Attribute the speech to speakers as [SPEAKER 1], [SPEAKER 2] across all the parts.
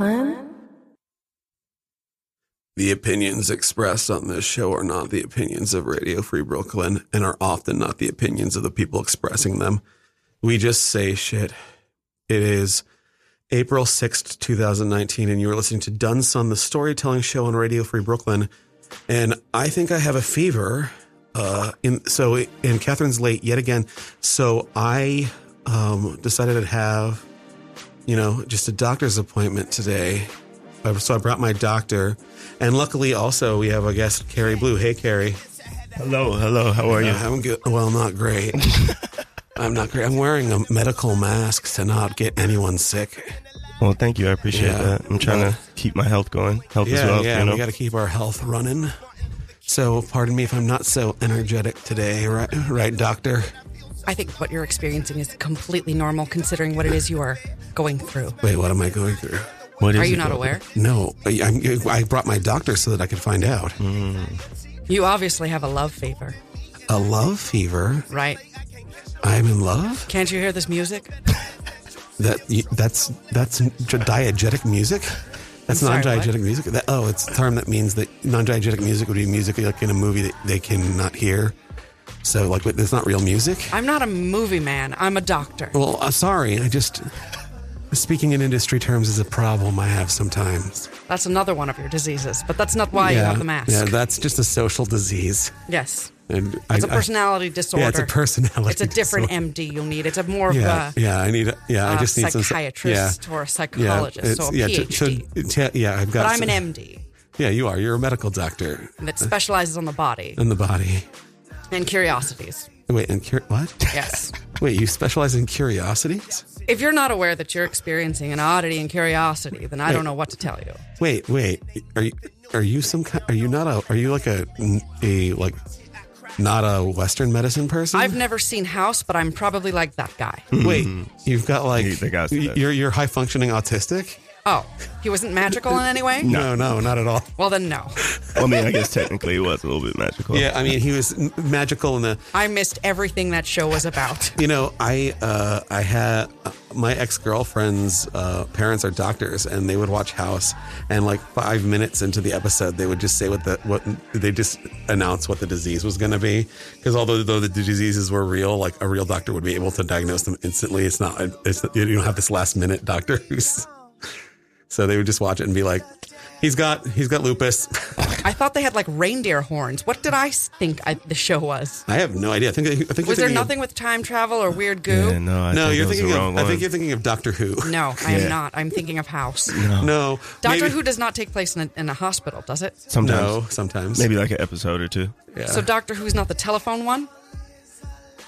[SPEAKER 1] Brooklyn.
[SPEAKER 2] The opinions expressed on this show are not the opinions of Radio Free Brooklyn and are often not the opinions of the people expressing them. We just say shit. It is April 6th, 2019, and you are listening to Dunsun, the storytelling show on Radio Free Brooklyn. And I think I have a fever. Uh, in, so, and Catherine's late yet again. So I um, decided to have, you know, just a doctor's appointment today. I- So I brought my doctor. And luckily, also, we have a guest, Carrie Blue. Hey, Carrie.
[SPEAKER 3] Hello, hello. How are you?
[SPEAKER 2] Uh, I'm good. Well, not great. I'm not great. I'm wearing a medical mask to not get anyone sick.
[SPEAKER 3] Well, thank you. I appreciate
[SPEAKER 2] Yeah.
[SPEAKER 3] that. I'm trying to keep my health going, health as
[SPEAKER 2] Yeah,
[SPEAKER 3] well.
[SPEAKER 2] yeah.
[SPEAKER 3] you know?
[SPEAKER 2] We got to keep our health running. So, pardon me if I'm not so energetic today, right, right doctor?
[SPEAKER 4] I think what you're experiencing is completely normal considering what it is you are going through.
[SPEAKER 2] Wait, what am I going through?
[SPEAKER 3] What is
[SPEAKER 4] Are you
[SPEAKER 3] it
[SPEAKER 4] not
[SPEAKER 3] though?
[SPEAKER 4] aware?
[SPEAKER 2] No, I, I'm- I brought my doctor so that I could find out.
[SPEAKER 3] Mm.
[SPEAKER 4] You obviously have a love fever,
[SPEAKER 2] A love fever.
[SPEAKER 4] right?
[SPEAKER 2] I'm in love.
[SPEAKER 4] Can't you hear this music?
[SPEAKER 2] That y- that's that's diegetic music. That's
[SPEAKER 4] I'm sorry,
[SPEAKER 2] non-diegetic
[SPEAKER 4] what?
[SPEAKER 2] music. That, oh, it's a term that means that non-diegetic music would be music like in a movie that they cannot hear. So, like, it's not real music.
[SPEAKER 4] I'm not a movie man, I'm a doctor.
[SPEAKER 2] Well, uh, sorry. I just speaking in industry terms is a problem I have sometimes.
[SPEAKER 4] That's another one of your diseases, but that's not why you have the mask.
[SPEAKER 2] Yeah, that's just a social disease.
[SPEAKER 4] yes.
[SPEAKER 2] And
[SPEAKER 4] It's
[SPEAKER 2] I-
[SPEAKER 4] a
[SPEAKER 2] I-
[SPEAKER 4] personality disorder.
[SPEAKER 2] Yeah, it's a personality.
[SPEAKER 4] It's a different
[SPEAKER 2] disorder.
[SPEAKER 4] MD you'll need. It's a more of
[SPEAKER 2] Yeah,
[SPEAKER 4] a
[SPEAKER 2] yeah. I need. A, yeah, I
[SPEAKER 4] uh,
[SPEAKER 2] just need some
[SPEAKER 4] psychiatrist
[SPEAKER 2] yeah,
[SPEAKER 4] or a psychologist
[SPEAKER 2] it's-
[SPEAKER 4] or a
[SPEAKER 2] t-
[SPEAKER 4] PhD.
[SPEAKER 2] t- t- yeah, I've got.
[SPEAKER 4] but I'm
[SPEAKER 2] some-
[SPEAKER 4] an MD
[SPEAKER 2] Yeah, you are. You're a medical doctor
[SPEAKER 4] that specializes on the body
[SPEAKER 2] in the body.
[SPEAKER 4] and curiosities.
[SPEAKER 2] Wait, and cur- what?
[SPEAKER 4] Yes.
[SPEAKER 2] Wait, you specialize in curiosities?
[SPEAKER 4] If you're not aware that you're experiencing an oddity and curiosity, then I don't know what to tell you.
[SPEAKER 2] Wait, wait. Are you are you some kind? Are you not a? Are you like a a like not a Western medicine person?
[SPEAKER 4] I've never seen House, but I'm probably like that guy.
[SPEAKER 2] wait. You've Hmm. got like
[SPEAKER 3] You think I said that.
[SPEAKER 2] you're you're high functioning autistic.
[SPEAKER 4] Oh, he wasn't magical in any way?
[SPEAKER 2] No. no, not at all.
[SPEAKER 4] Well, then no.
[SPEAKER 3] Well, I mean, I guess technically it was a little bit magical.
[SPEAKER 2] Yeah, I mean, he was m- magical in the.
[SPEAKER 4] I missed everything that show was about.
[SPEAKER 2] You know, I uh, I had uh, my ex girlfriend's uh, parents are doctors, and they would watch House, and like five minutes into the episode, they would just say what the what they just announce what the disease was going to be, because although though the diseases were real, like a real doctor would be able to diagnose them instantly. It's not it's you don't have this last minute doctor who's.
[SPEAKER 4] Oh.
[SPEAKER 2] So they would just watch it and be like, "He's got he's got lupus."
[SPEAKER 4] I thought they had like reindeer horns. What did I s- think I, the show was?
[SPEAKER 2] I have no idea. I think I think you're
[SPEAKER 4] Was
[SPEAKER 2] thinking
[SPEAKER 4] there
[SPEAKER 2] of-
[SPEAKER 4] nothing with time travel or weird goo?
[SPEAKER 3] Yeah, no, I
[SPEAKER 2] no,
[SPEAKER 3] think
[SPEAKER 2] you're
[SPEAKER 3] it was
[SPEAKER 2] thinking.
[SPEAKER 3] the
[SPEAKER 2] Of,
[SPEAKER 3] wrong
[SPEAKER 2] I
[SPEAKER 3] one.
[SPEAKER 2] think you're thinking of Doctor Who.
[SPEAKER 4] No, I am
[SPEAKER 3] Yeah.
[SPEAKER 4] not. I'm thinking of House.
[SPEAKER 2] No,
[SPEAKER 4] Doctor
[SPEAKER 2] maybe-
[SPEAKER 4] Who does not take place in a, in a hospital, does it?
[SPEAKER 3] Sometimes.
[SPEAKER 2] No, sometimes
[SPEAKER 3] Maybe like an episode or two.
[SPEAKER 2] Yeah.
[SPEAKER 4] So Doctor Who's not the telephone one?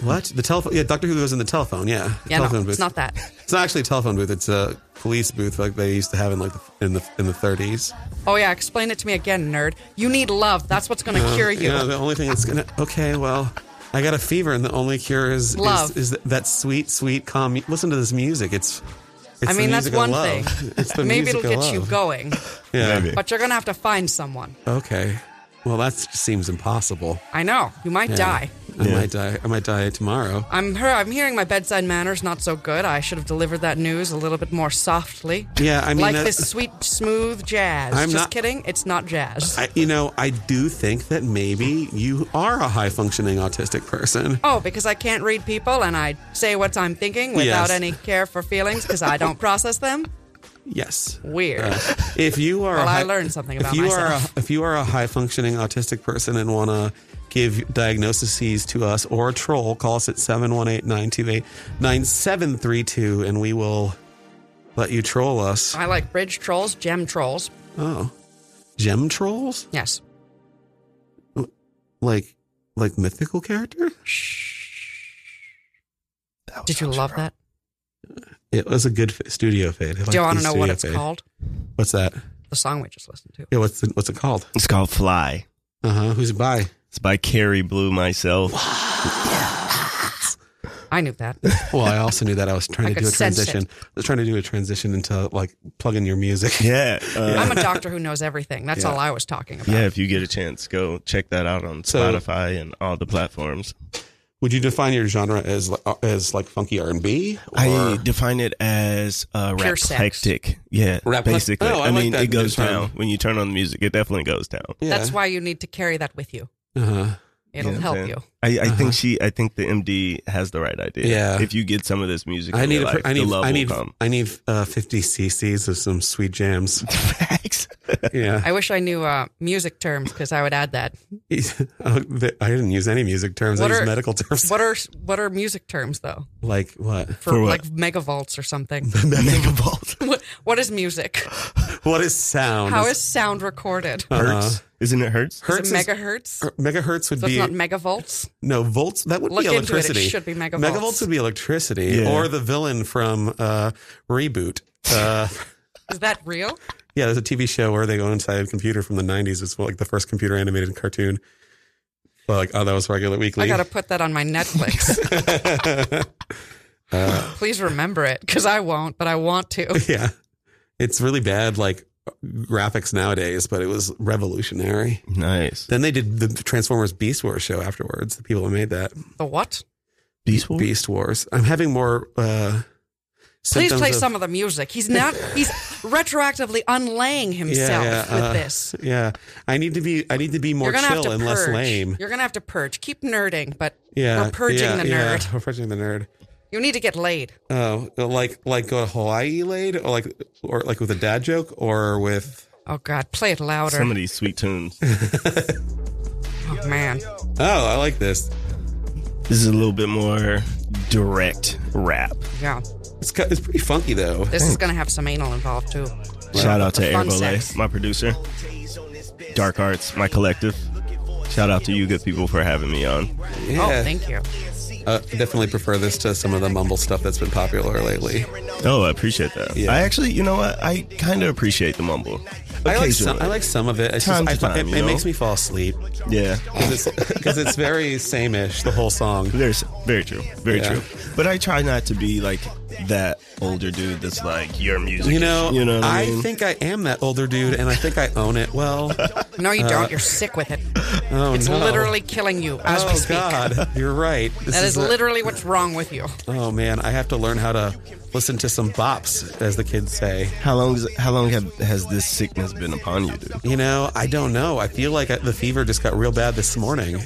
[SPEAKER 2] what the telephone? Yeah, Doctor Who goes in the telephone. Yeah, The
[SPEAKER 4] Yeah,
[SPEAKER 2] telephone
[SPEAKER 4] no, it's not that.
[SPEAKER 2] It's not actually a telephone booth. It's a police booth like they used to have in like the, in the in the 30s.
[SPEAKER 4] Oh yeah, explain it to me again, nerd. You need love. That's what's going to cure you.
[SPEAKER 2] know, the only thing that's gonna okay, well. I got a fever, and the only cure is
[SPEAKER 4] Love.
[SPEAKER 2] Is, is that sweet, sweet calm. mu- Listen to this music. It's, it's
[SPEAKER 4] I
[SPEAKER 2] the
[SPEAKER 4] mean, that's
[SPEAKER 2] music of
[SPEAKER 4] one
[SPEAKER 2] love.
[SPEAKER 4] thing.
[SPEAKER 2] It's the
[SPEAKER 4] Maybe
[SPEAKER 2] music
[SPEAKER 4] it'll
[SPEAKER 2] of
[SPEAKER 4] get you
[SPEAKER 2] love.
[SPEAKER 4] going,
[SPEAKER 2] Yeah.
[SPEAKER 3] Maybe.
[SPEAKER 4] but you're going to have to find someone.
[SPEAKER 2] Okay. Well, that just seems impossible.
[SPEAKER 4] I know. You might
[SPEAKER 2] Yeah.
[SPEAKER 4] die.
[SPEAKER 2] I
[SPEAKER 3] Yeah.
[SPEAKER 2] might die. I might die tomorrow.
[SPEAKER 4] I'm her, I'm hearing my bedside manners not so good. I should have delivered that news a little bit more softly.
[SPEAKER 2] Yeah, I mean,
[SPEAKER 4] like
[SPEAKER 2] that-
[SPEAKER 4] this sweet smooth jazz.
[SPEAKER 2] I'm
[SPEAKER 4] Just
[SPEAKER 2] not-
[SPEAKER 4] kidding. It's not jazz.
[SPEAKER 2] I, you know, I do think that maybe you are a high functioning autistic person.
[SPEAKER 4] Oh, because I can't read people and I say what I'm thinking without
[SPEAKER 2] Yes.
[SPEAKER 4] any care for feelings because I don't process them.
[SPEAKER 2] Yes.
[SPEAKER 4] Weird.
[SPEAKER 2] Uh, if you are,
[SPEAKER 4] Well,
[SPEAKER 2] a
[SPEAKER 4] I
[SPEAKER 2] high,
[SPEAKER 4] learned something about
[SPEAKER 2] if you Are
[SPEAKER 4] myself.
[SPEAKER 2] a, if you are a high functioning autistic person and want to give diagnoses to us or a troll, call us at 718-928-9732 and we will let you troll us.
[SPEAKER 4] I like bridge trolls, gem trolls.
[SPEAKER 2] Oh, gem trolls
[SPEAKER 4] Yes.
[SPEAKER 2] like like mythical characters.
[SPEAKER 4] Did you love that?
[SPEAKER 2] It was a good f- studio fade. I
[SPEAKER 4] Do you
[SPEAKER 2] like
[SPEAKER 4] want
[SPEAKER 2] the
[SPEAKER 4] to know what
[SPEAKER 2] studio
[SPEAKER 4] it's
[SPEAKER 2] fade.
[SPEAKER 4] called?
[SPEAKER 2] What's that?
[SPEAKER 4] The song we just listened to.
[SPEAKER 2] Yeah, what's the, what's it called?
[SPEAKER 3] It's called Fly.
[SPEAKER 2] Uh huh. Who's it by?
[SPEAKER 3] It's by Carrie Blue myself.
[SPEAKER 4] I knew that.
[SPEAKER 2] Well, I also knew that I was trying
[SPEAKER 4] I
[SPEAKER 2] to
[SPEAKER 4] could
[SPEAKER 2] do a
[SPEAKER 4] sense it.
[SPEAKER 2] transition. I was trying to do a transition into like plugging your music.
[SPEAKER 3] Yeah. Uh,
[SPEAKER 4] I'm a doctor who knows everything. That's
[SPEAKER 2] Yeah.
[SPEAKER 4] all I was talking about.
[SPEAKER 3] yeah, if you get a chance, go check that out on
[SPEAKER 2] So-
[SPEAKER 3] Spotify and all the platforms.
[SPEAKER 2] Would you define your genre as li- uh, as like funky R and B?
[SPEAKER 3] I define it as uh,
[SPEAKER 4] Pure sex.
[SPEAKER 3] raplectic. Yeah,
[SPEAKER 2] Raplec-
[SPEAKER 3] basically.
[SPEAKER 2] Oh, I
[SPEAKER 3] I
[SPEAKER 2] like
[SPEAKER 3] mean,
[SPEAKER 2] that
[SPEAKER 3] it goes
[SPEAKER 2] term.
[SPEAKER 3] down when you turn on the music. It definitely goes down.
[SPEAKER 4] That's why you need to carry that with you.
[SPEAKER 2] Uh-huh.
[SPEAKER 4] It'll
[SPEAKER 3] Yeah,
[SPEAKER 4] help
[SPEAKER 3] man.
[SPEAKER 4] you.
[SPEAKER 3] I, I
[SPEAKER 2] Uh-huh.
[SPEAKER 3] think she. I think the MD has the right idea.
[SPEAKER 2] Yeah.
[SPEAKER 3] If you get some of this music,
[SPEAKER 2] I
[SPEAKER 3] in
[SPEAKER 2] need,
[SPEAKER 3] your
[SPEAKER 2] a, pr-
[SPEAKER 3] life,
[SPEAKER 2] I need,
[SPEAKER 3] the love
[SPEAKER 2] I
[SPEAKER 3] will
[SPEAKER 2] need,
[SPEAKER 3] come.
[SPEAKER 2] I need, uh, 50 cc's of some sweet jams.
[SPEAKER 3] Facts.
[SPEAKER 2] Yeah.
[SPEAKER 4] I wish I knew uh, music terms because I would add that.
[SPEAKER 2] oh, I didn't use any music terms.
[SPEAKER 4] What
[SPEAKER 2] I
[SPEAKER 4] are-
[SPEAKER 2] used medical terms.
[SPEAKER 4] What are what are music terms though?
[SPEAKER 2] like what?
[SPEAKER 4] For,
[SPEAKER 3] For what?
[SPEAKER 4] like megavolts or something.
[SPEAKER 3] Mega vault.
[SPEAKER 4] what, what is music?
[SPEAKER 2] What is sound?
[SPEAKER 4] How is sound recorded?
[SPEAKER 2] Uh-huh.
[SPEAKER 3] Hertz. Isn't it Hertz?
[SPEAKER 2] Hertz is,
[SPEAKER 4] is it megahertz?
[SPEAKER 2] her- megahertz would
[SPEAKER 4] So it's
[SPEAKER 2] be
[SPEAKER 4] not megavolts.
[SPEAKER 2] no volts. That would
[SPEAKER 4] Look
[SPEAKER 2] be
[SPEAKER 4] into it. It
[SPEAKER 2] electricity.
[SPEAKER 4] should be megavolts.
[SPEAKER 2] Megavolts would be electricity,
[SPEAKER 3] Yeah.
[SPEAKER 2] or the villain from uh, Reboot. Uh,
[SPEAKER 4] Is that real?
[SPEAKER 2] yeah, there's a TV show where they go inside a computer from the 90s. It's like the first computer animated cartoon. Well, like oh, that was regular weekly.
[SPEAKER 4] I gotta put that on my Netflix. Please remember it because I won't, but I want to.
[SPEAKER 2] Uh, yeah, it's really bad like graphics nowadays, but it was revolutionary.
[SPEAKER 3] Nice.
[SPEAKER 2] Then they did the Transformers Beast Wars show afterwards. The people who made that
[SPEAKER 4] The what?
[SPEAKER 3] Beast Wars?
[SPEAKER 2] Beast Wars. I'm having more. uh
[SPEAKER 4] Please
[SPEAKER 2] symptoms
[SPEAKER 4] play
[SPEAKER 2] of-
[SPEAKER 4] some of the music. He's not. He's retroactively unlaying himself
[SPEAKER 2] yeah,
[SPEAKER 4] with
[SPEAKER 2] uh,
[SPEAKER 4] this.
[SPEAKER 2] Yeah, I need to be. I need to be more
[SPEAKER 4] You're gonna have
[SPEAKER 2] chill
[SPEAKER 4] to
[SPEAKER 2] and
[SPEAKER 4] purge.
[SPEAKER 2] less lame.
[SPEAKER 4] You're gonna have to purge. Keep nerding, but
[SPEAKER 2] Yeah,
[SPEAKER 4] we're purging
[SPEAKER 2] yeah,
[SPEAKER 4] the
[SPEAKER 2] yeah,
[SPEAKER 4] nerd.
[SPEAKER 2] we're purging the nerd.
[SPEAKER 4] You need to get laid.
[SPEAKER 2] Oh, like like go to Hawaii laid, or like or like with a dad joke, or with
[SPEAKER 4] Oh God, play it louder.
[SPEAKER 3] Some of these sweet tunes.
[SPEAKER 4] Oh man,
[SPEAKER 2] oh, I like this.
[SPEAKER 3] This is a little bit more direct rap.
[SPEAKER 4] yeah.
[SPEAKER 2] It's ki- it's pretty funky though.
[SPEAKER 4] This is gonna have some anal involved too.
[SPEAKER 3] Shout out to
[SPEAKER 4] Fun
[SPEAKER 3] Airbolet,
[SPEAKER 4] sex.
[SPEAKER 3] my producer. Dark Arts, my collective. Shout out to you good people for having me on.
[SPEAKER 2] Yeah,
[SPEAKER 4] Oh, thank you.
[SPEAKER 2] uh, definitely prefer this to some of the mumble stuff that's been popular lately.
[SPEAKER 3] Oh, I appreciate that.
[SPEAKER 2] Yeah.
[SPEAKER 3] I actually, you know what? I kind of appreciate the mumble.
[SPEAKER 2] I like
[SPEAKER 3] Occasionally.
[SPEAKER 2] some. I like some of it. It's
[SPEAKER 3] Time
[SPEAKER 2] just, I,
[SPEAKER 3] to
[SPEAKER 2] fi-
[SPEAKER 3] time,
[SPEAKER 2] it,
[SPEAKER 3] you
[SPEAKER 2] it
[SPEAKER 3] know?
[SPEAKER 2] makes me fall asleep
[SPEAKER 3] Yeah.
[SPEAKER 2] because it's, 'cause it's very sameish the whole song.
[SPEAKER 3] There's very true. Very
[SPEAKER 2] Yeah.
[SPEAKER 3] true. But I try not to be like that older dude that's like your music.
[SPEAKER 2] You
[SPEAKER 3] is-"
[SPEAKER 2] know,
[SPEAKER 3] you know what I,
[SPEAKER 2] I,
[SPEAKER 3] mean?
[SPEAKER 2] think I am that older dude, and I think I own it. Well,
[SPEAKER 4] No, you don't. You're sick with it.
[SPEAKER 2] Uh, oh
[SPEAKER 4] It's
[SPEAKER 2] no.
[SPEAKER 4] literally killing you as we
[SPEAKER 2] Oh
[SPEAKER 4] speak.
[SPEAKER 2] God, you're right. This
[SPEAKER 4] That is
[SPEAKER 2] a-
[SPEAKER 4] literally what's wrong with you.
[SPEAKER 2] Oh man, I have to learn how to listen to some bops, as the kids say.
[SPEAKER 3] how long is, how long have, has this sickness been upon you, dude?
[SPEAKER 2] You know, I don't know. I feel like I, the fever just got real bad this morning,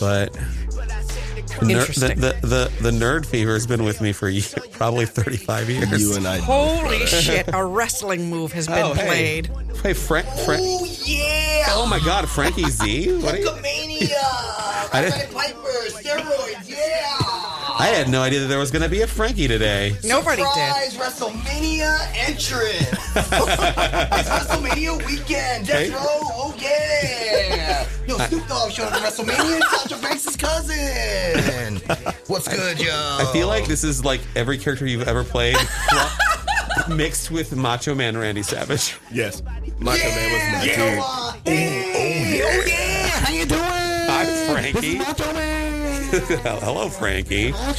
[SPEAKER 2] but. the ner-
[SPEAKER 4] Interesting.
[SPEAKER 2] the, the, the, the nerd fever has been with me for ye- probably 35 years.
[SPEAKER 3] You and I.
[SPEAKER 4] Holy shit! A wrestling move has been
[SPEAKER 2] oh, hey.
[SPEAKER 4] played.
[SPEAKER 2] Hey, Frank. Frank.
[SPEAKER 5] Oh yeah!
[SPEAKER 2] Oh my God, Frankie Z? What are you-
[SPEAKER 5] Hulkamania!
[SPEAKER 2] I,
[SPEAKER 5] Pied Piper, steroids, yeah!
[SPEAKER 2] I had no idea that there was going to be a Frankie today.
[SPEAKER 4] Nobody did.
[SPEAKER 5] Prize WrestleMania entrance! it's WrestleMania weekend! Death
[SPEAKER 2] Hey.
[SPEAKER 5] Row, oh yeah! Yo, Snoop Dogg showed up at WrestleMania and Sasha Banks' cousin! What's good, yo?
[SPEAKER 2] I feel like this is like every character you've ever played pl- mixed with Macho Man Randy Savage.
[SPEAKER 3] Yes. Macho
[SPEAKER 5] yeah!
[SPEAKER 3] Man was my
[SPEAKER 5] yo,
[SPEAKER 3] dude.
[SPEAKER 5] uh, hey, oh yeah! How you doing?
[SPEAKER 2] I'm Frankie.
[SPEAKER 5] Macho Man!
[SPEAKER 2] Hello, Frankie.
[SPEAKER 5] I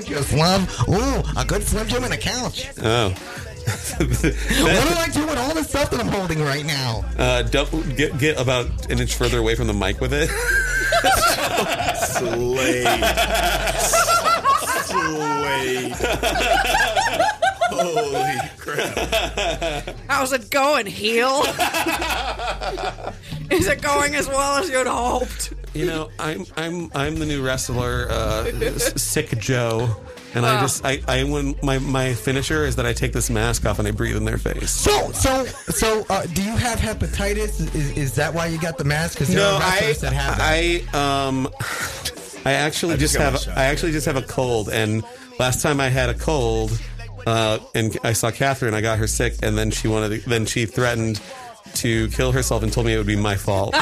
[SPEAKER 5] just love, ooh, a good Slim Jim and a couch.
[SPEAKER 2] Oh.
[SPEAKER 5] What do I do with all the stuff that I'm holding right now?
[SPEAKER 2] Uh, double, get, get about an inch further away from the mic with it.
[SPEAKER 3] Slade. Slade. Holy crap.
[SPEAKER 4] How's it going, heel? Is it going as well as you'd hoped?
[SPEAKER 2] You know, I'm I'm I'm the new wrestler, uh, S- Sick Joe, and I just I I when my my finisher is that I take this mask off and I breathe in their face.
[SPEAKER 5] So, so, so, uh, do you have hepatitis? Is, is that why you got the mask? Because there
[SPEAKER 2] No,
[SPEAKER 5] are
[SPEAKER 2] I
[SPEAKER 5] wrestlers that have that.
[SPEAKER 2] I um I actually just
[SPEAKER 3] just got
[SPEAKER 2] have
[SPEAKER 3] my shot.
[SPEAKER 2] I actually just have a cold, and last time I had a cold, uh, and I saw Catherine, I got her sick, and then she wanted then she threatened to kill herself and told me it would be my fault.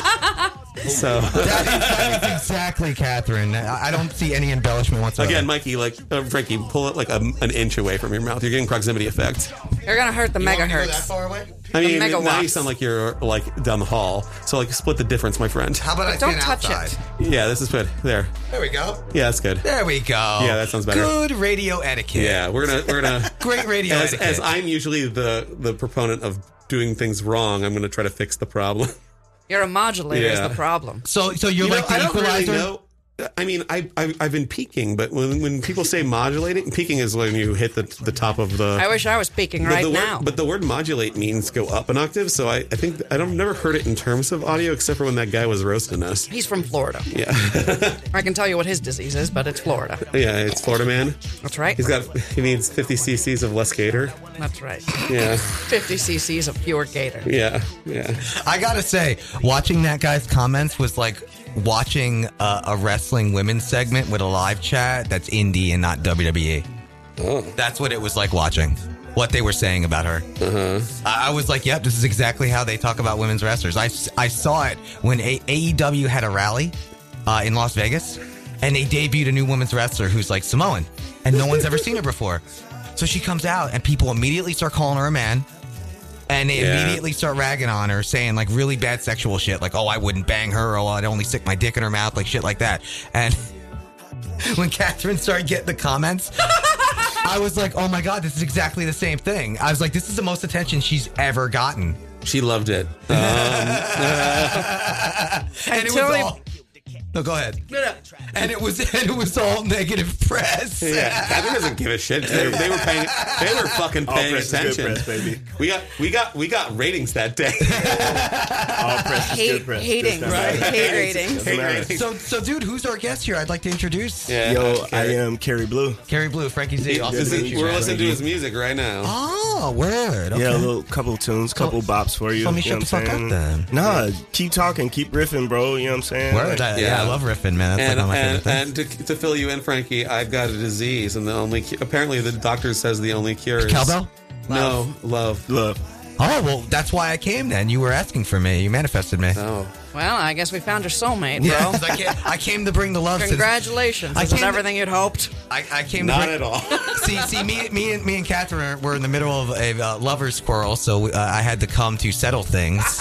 [SPEAKER 2] so.
[SPEAKER 5] that, is, that is exactly, Catherine. I, I don't see any embellishment whatsoever.
[SPEAKER 2] Again, Mikey, like uh, Frankie, pull it like a, an inch away from your mouth. You're getting proximity effect.
[SPEAKER 4] You're gonna hurt the megahertz.
[SPEAKER 5] far away?
[SPEAKER 2] I mean,
[SPEAKER 4] The
[SPEAKER 2] now you
[SPEAKER 4] megawatts.
[SPEAKER 2] sound like you're like down the hall. So like, split the difference, my friend.
[SPEAKER 5] How about I
[SPEAKER 4] Don't
[SPEAKER 5] stand
[SPEAKER 4] touch
[SPEAKER 5] outside?
[SPEAKER 4] it.
[SPEAKER 2] Yeah, this is good. There.
[SPEAKER 5] There we go.
[SPEAKER 2] Yeah, that's good.
[SPEAKER 5] There we go. Yeah,
[SPEAKER 2] that sounds better.
[SPEAKER 5] Good radio etiquette.
[SPEAKER 2] Yeah, we're gonna we're gonna.
[SPEAKER 5] Great radio
[SPEAKER 2] as,
[SPEAKER 5] etiquette.
[SPEAKER 2] as I'm usually the the proponent of doing things wrong, I'm gonna try to fix the problem.
[SPEAKER 4] Your modulator is
[SPEAKER 2] Yeah.
[SPEAKER 4] the problem.
[SPEAKER 5] So, so you're
[SPEAKER 2] You know,
[SPEAKER 5] like the
[SPEAKER 2] I don't really
[SPEAKER 5] equalizer.
[SPEAKER 2] know. I mean, I, I I've been peaking, but when when people say modulating, peaking is when you hit the the top of the.
[SPEAKER 4] I wish I was peeking
[SPEAKER 2] but
[SPEAKER 4] right
[SPEAKER 2] the word,
[SPEAKER 4] now.
[SPEAKER 2] But the word modulate means go up an octave. So I, I think I don't never heard it in terms of audio except for when that guy was roasting us.
[SPEAKER 4] He's from Florida.
[SPEAKER 2] Yeah,
[SPEAKER 4] I can tell you what his disease is, but it's Florida.
[SPEAKER 2] yeah, it's Florida man.
[SPEAKER 4] That's right.
[SPEAKER 2] He's got he needs 50 cc's of less gator.
[SPEAKER 4] That's right.
[SPEAKER 2] Yeah,
[SPEAKER 4] 50 cc's of pure gator.
[SPEAKER 2] yeah, yeah.
[SPEAKER 5] I gotta say, watching that guy's comments was like watching a, a wrestling women's segment with a live chat that's indie and not E. WWE. That's what it was like watching. What they were saying about her. I, I was like, yep, this is exactly how they talk about women's wrestlers. I, s- I saw it when a- AEW had a rally uh, in Las Vegas and they debuted a new women's wrestler who's like Samoan and no one's ever seen her before. So she comes out and people immediately start calling her a man and they
[SPEAKER 2] Yeah.
[SPEAKER 5] immediately start ragging on her, saying like really bad sexual shit, like "Oh, I wouldn't bang her," or "Oh, I'd only stick my dick in her mouth," like shit like that. And when Catherine started getting the comments, I was like, "Oh my god, this is exactly the same thing." I was like, "This is the most attention she's ever gotten,"
[SPEAKER 2] She loved it.
[SPEAKER 5] and it was
[SPEAKER 4] Until he-
[SPEAKER 5] all. No, go ahead.
[SPEAKER 4] No, no.
[SPEAKER 5] And it was and it was all negative press.
[SPEAKER 2] Yeah, Catherine doesn't give a shit. They, they were paying. They were fucking
[SPEAKER 3] All
[SPEAKER 2] paying
[SPEAKER 3] press is good
[SPEAKER 2] attention.
[SPEAKER 3] press, baby.
[SPEAKER 2] We got, we got, we got ratings that day.
[SPEAKER 3] All press is
[SPEAKER 4] Hate-
[SPEAKER 3] good press. Does
[SPEAKER 4] hating,
[SPEAKER 3] not
[SPEAKER 4] right?
[SPEAKER 3] matter.
[SPEAKER 4] Hate ratings.
[SPEAKER 3] Doesn't matter.
[SPEAKER 2] Hate ratings.
[SPEAKER 5] So, so dude, who's our guest here? I'd like to introduce
[SPEAKER 2] Yeah,
[SPEAKER 3] Yo, I am Carrie Blue.
[SPEAKER 5] Carrie Blue, Frankie Z. Awesome to
[SPEAKER 2] This is-
[SPEAKER 5] meet you,
[SPEAKER 2] we're
[SPEAKER 5] man.
[SPEAKER 2] listening to his music right now.
[SPEAKER 5] Oh, word. Okay.
[SPEAKER 3] Yeah, a little couple tunes, couple bops for you.
[SPEAKER 5] let me
[SPEAKER 3] you know
[SPEAKER 5] shut
[SPEAKER 3] what
[SPEAKER 5] the
[SPEAKER 3] I'm
[SPEAKER 5] fuck up
[SPEAKER 3] saying?
[SPEAKER 5] then.
[SPEAKER 3] Nah, keep talking, keep riffing, bro. You know what I'm saying?
[SPEAKER 5] Word.
[SPEAKER 3] Like,
[SPEAKER 5] I, yeah.
[SPEAKER 2] Yeah.
[SPEAKER 5] I love riffing, man. That's
[SPEAKER 2] And
[SPEAKER 5] like one of my
[SPEAKER 2] and,
[SPEAKER 5] favorite
[SPEAKER 2] and to, to fill you in, Frankie, I've got a disease, and the only cu- apparently the doctor says the only cure is
[SPEAKER 5] things. Cowbell?
[SPEAKER 2] No, love.
[SPEAKER 3] Love.
[SPEAKER 5] Oh, well, that's why I came then. You were asking for me. You manifested me.
[SPEAKER 2] Oh,
[SPEAKER 4] Well, I guess we found your soulmate, bro.
[SPEAKER 5] Yeah, 'cause I, came, I came to bring the love. since-
[SPEAKER 4] Congratulations.
[SPEAKER 5] I
[SPEAKER 4] Is it
[SPEAKER 5] can't-
[SPEAKER 4] everything you'd hoped?
[SPEAKER 5] I, I came to
[SPEAKER 2] not
[SPEAKER 5] bring-
[SPEAKER 2] at all.
[SPEAKER 5] See, see, me, me, and me and Catherine were in the middle of a uh, lover's quarrel, so uh, I had to come to settle things.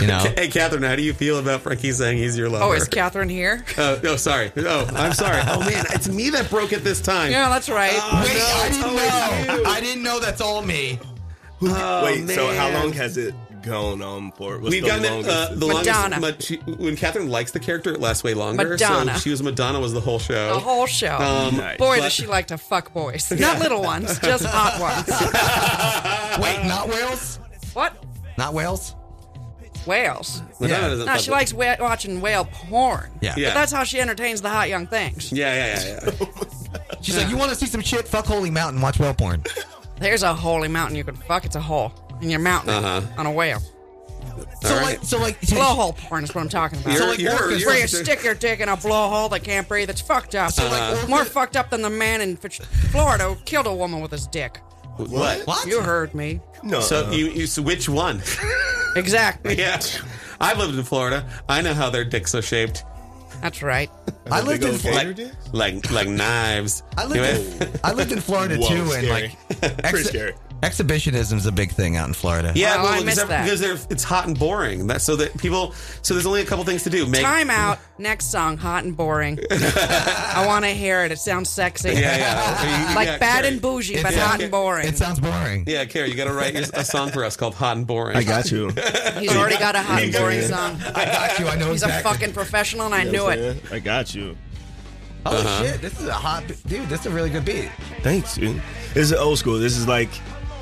[SPEAKER 5] You know,
[SPEAKER 2] Hey, Catherine, how do you feel about Frankie saying he's your lover?
[SPEAKER 4] Oh, is Catherine here?
[SPEAKER 2] Oh, no, sorry. Oh, I'm sorry. Oh man, it's me that broke it this time.
[SPEAKER 4] Yeah, that's right.
[SPEAKER 2] Oh,
[SPEAKER 5] Wait,
[SPEAKER 2] no,
[SPEAKER 5] I
[SPEAKER 2] it's
[SPEAKER 5] didn't
[SPEAKER 2] always
[SPEAKER 5] know.
[SPEAKER 2] you.
[SPEAKER 5] I didn't know that's all me.
[SPEAKER 3] Wait, so how
[SPEAKER 2] Oh, man.
[SPEAKER 3] long has it gone on for? What's
[SPEAKER 2] We've
[SPEAKER 3] the
[SPEAKER 2] gotten it,
[SPEAKER 3] longest?
[SPEAKER 2] uh, the longest.
[SPEAKER 4] Madonna.
[SPEAKER 2] Mad- she, when Catherine likes the character, it lasts way longer.
[SPEAKER 4] Madonna.
[SPEAKER 2] So she was Madonna was the whole show.
[SPEAKER 4] The whole show.
[SPEAKER 2] um,
[SPEAKER 3] Nice.
[SPEAKER 4] Boy,
[SPEAKER 2] but-
[SPEAKER 4] does she like to fuck boys. Not little ones, just hot ones.
[SPEAKER 5] Wait, not whales?
[SPEAKER 4] What?
[SPEAKER 5] Not whales?
[SPEAKER 4] Whales.
[SPEAKER 2] Madonna
[SPEAKER 5] Yeah.
[SPEAKER 2] doesn't.
[SPEAKER 4] No,
[SPEAKER 2] fuck
[SPEAKER 4] she
[SPEAKER 2] with-
[SPEAKER 4] likes wa- watching whale porn.
[SPEAKER 5] Yeah.
[SPEAKER 4] But that's how she entertains the hot young things.
[SPEAKER 2] Yeah, yeah, yeah, yeah.
[SPEAKER 5] She's like, you want to see some shit? Fuck Holy Mountain. Watch whale porn.
[SPEAKER 4] There's a holy mountain you can fuck. It's a hole in your mountain
[SPEAKER 2] Uh-huh.
[SPEAKER 4] on a whale.
[SPEAKER 5] So
[SPEAKER 2] All
[SPEAKER 5] like,
[SPEAKER 2] right.
[SPEAKER 5] so like,
[SPEAKER 4] Blowhole porn is what I'm talking about.
[SPEAKER 2] You're,
[SPEAKER 5] like
[SPEAKER 2] you're,
[SPEAKER 5] orcas-
[SPEAKER 2] you're- Uh-huh.
[SPEAKER 4] where you stick your dick in a blowhole that can't breathe. It's fucked up.
[SPEAKER 5] like-
[SPEAKER 4] uh, More fucked up than the man in Fitch- Florida who killed a woman with his dick.
[SPEAKER 2] What?
[SPEAKER 5] What?
[SPEAKER 4] You heard me.
[SPEAKER 3] no.
[SPEAKER 2] So you, you so which one?
[SPEAKER 4] Exactly.
[SPEAKER 2] yeah. I've lived in Florida. I know how their dicks are shaped.
[SPEAKER 4] That's right.
[SPEAKER 5] I lived in Florida.
[SPEAKER 2] Like like, like knives.
[SPEAKER 5] I lived, in, I lived in Florida
[SPEAKER 3] uh, Whoa,
[SPEAKER 5] too, and
[SPEAKER 3] scary.
[SPEAKER 5] like
[SPEAKER 3] Pretty scary.
[SPEAKER 5] exhibitionism's a big thing out in Florida.
[SPEAKER 2] Yeah,
[SPEAKER 4] Wow,
[SPEAKER 2] well,
[SPEAKER 4] Oh, I
[SPEAKER 2] because,
[SPEAKER 4] missed
[SPEAKER 2] they're-
[SPEAKER 4] that.
[SPEAKER 2] because they're, it's hot and boring. That so that people so there's only a couple things to do. Make
[SPEAKER 4] Time out. Next song, hot and boring. I want to hear it. It sounds sexy.
[SPEAKER 2] Yeah, yeah. You-
[SPEAKER 4] Like
[SPEAKER 2] yeah,
[SPEAKER 4] bad
[SPEAKER 2] Carrie.
[SPEAKER 4] and bougie,
[SPEAKER 5] It
[SPEAKER 4] but
[SPEAKER 5] sounds-
[SPEAKER 4] hot and boring.
[SPEAKER 5] It sounds boring.
[SPEAKER 2] Yeah, Carrie, you got to write your- a song for us called "Hot and Boring."
[SPEAKER 3] I got you.
[SPEAKER 4] He's already got a hot and
[SPEAKER 2] Yeah.
[SPEAKER 4] boring song.
[SPEAKER 5] I got you. I know
[SPEAKER 4] He's a
[SPEAKER 5] exactly.
[SPEAKER 4] fucking professional, and I knew it.
[SPEAKER 3] I got you.
[SPEAKER 5] Holy shit! This is a hot b- dude. This is a really good beat.
[SPEAKER 3] Thanks, dude. This is old school. This is like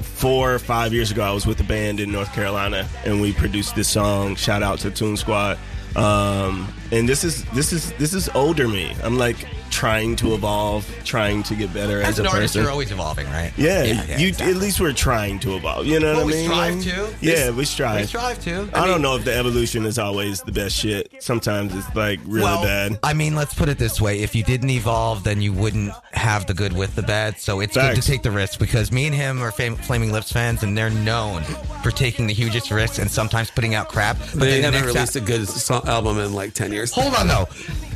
[SPEAKER 3] four or five years ago. I was with a band in North Carolina, and we produced this song. Shout out to Tune Squad. Um, and this is this is this is older me. I'm like trying to evolve, trying to get better as,
[SPEAKER 5] As
[SPEAKER 3] a
[SPEAKER 5] an artist,
[SPEAKER 3] person.
[SPEAKER 5] you're always evolving, right?
[SPEAKER 3] yeah, you
[SPEAKER 5] exactly.
[SPEAKER 3] at least we're trying to evolve. You know
[SPEAKER 5] Well,
[SPEAKER 3] what
[SPEAKER 5] we
[SPEAKER 3] I mean?
[SPEAKER 5] strive to.
[SPEAKER 3] Yeah,
[SPEAKER 5] We-
[SPEAKER 3] we strive.
[SPEAKER 5] we strive to.
[SPEAKER 3] I, don't know if the evolution is always the best shit. Sometimes it's like really
[SPEAKER 5] well,
[SPEAKER 3] bad.
[SPEAKER 5] I mean, let's put it this way: if you didn't evolve, then you wouldn't have the good with the bad. So it's good
[SPEAKER 3] Facts.
[SPEAKER 5] to take the risk because me and him are fam- Flaming Lips fans, and they're known for taking the hugest risks and sometimes putting out crap. But
[SPEAKER 2] They
[SPEAKER 5] then the
[SPEAKER 2] haven't released
[SPEAKER 5] next al-
[SPEAKER 2] a good so- album in like ten years.
[SPEAKER 5] Hold on though.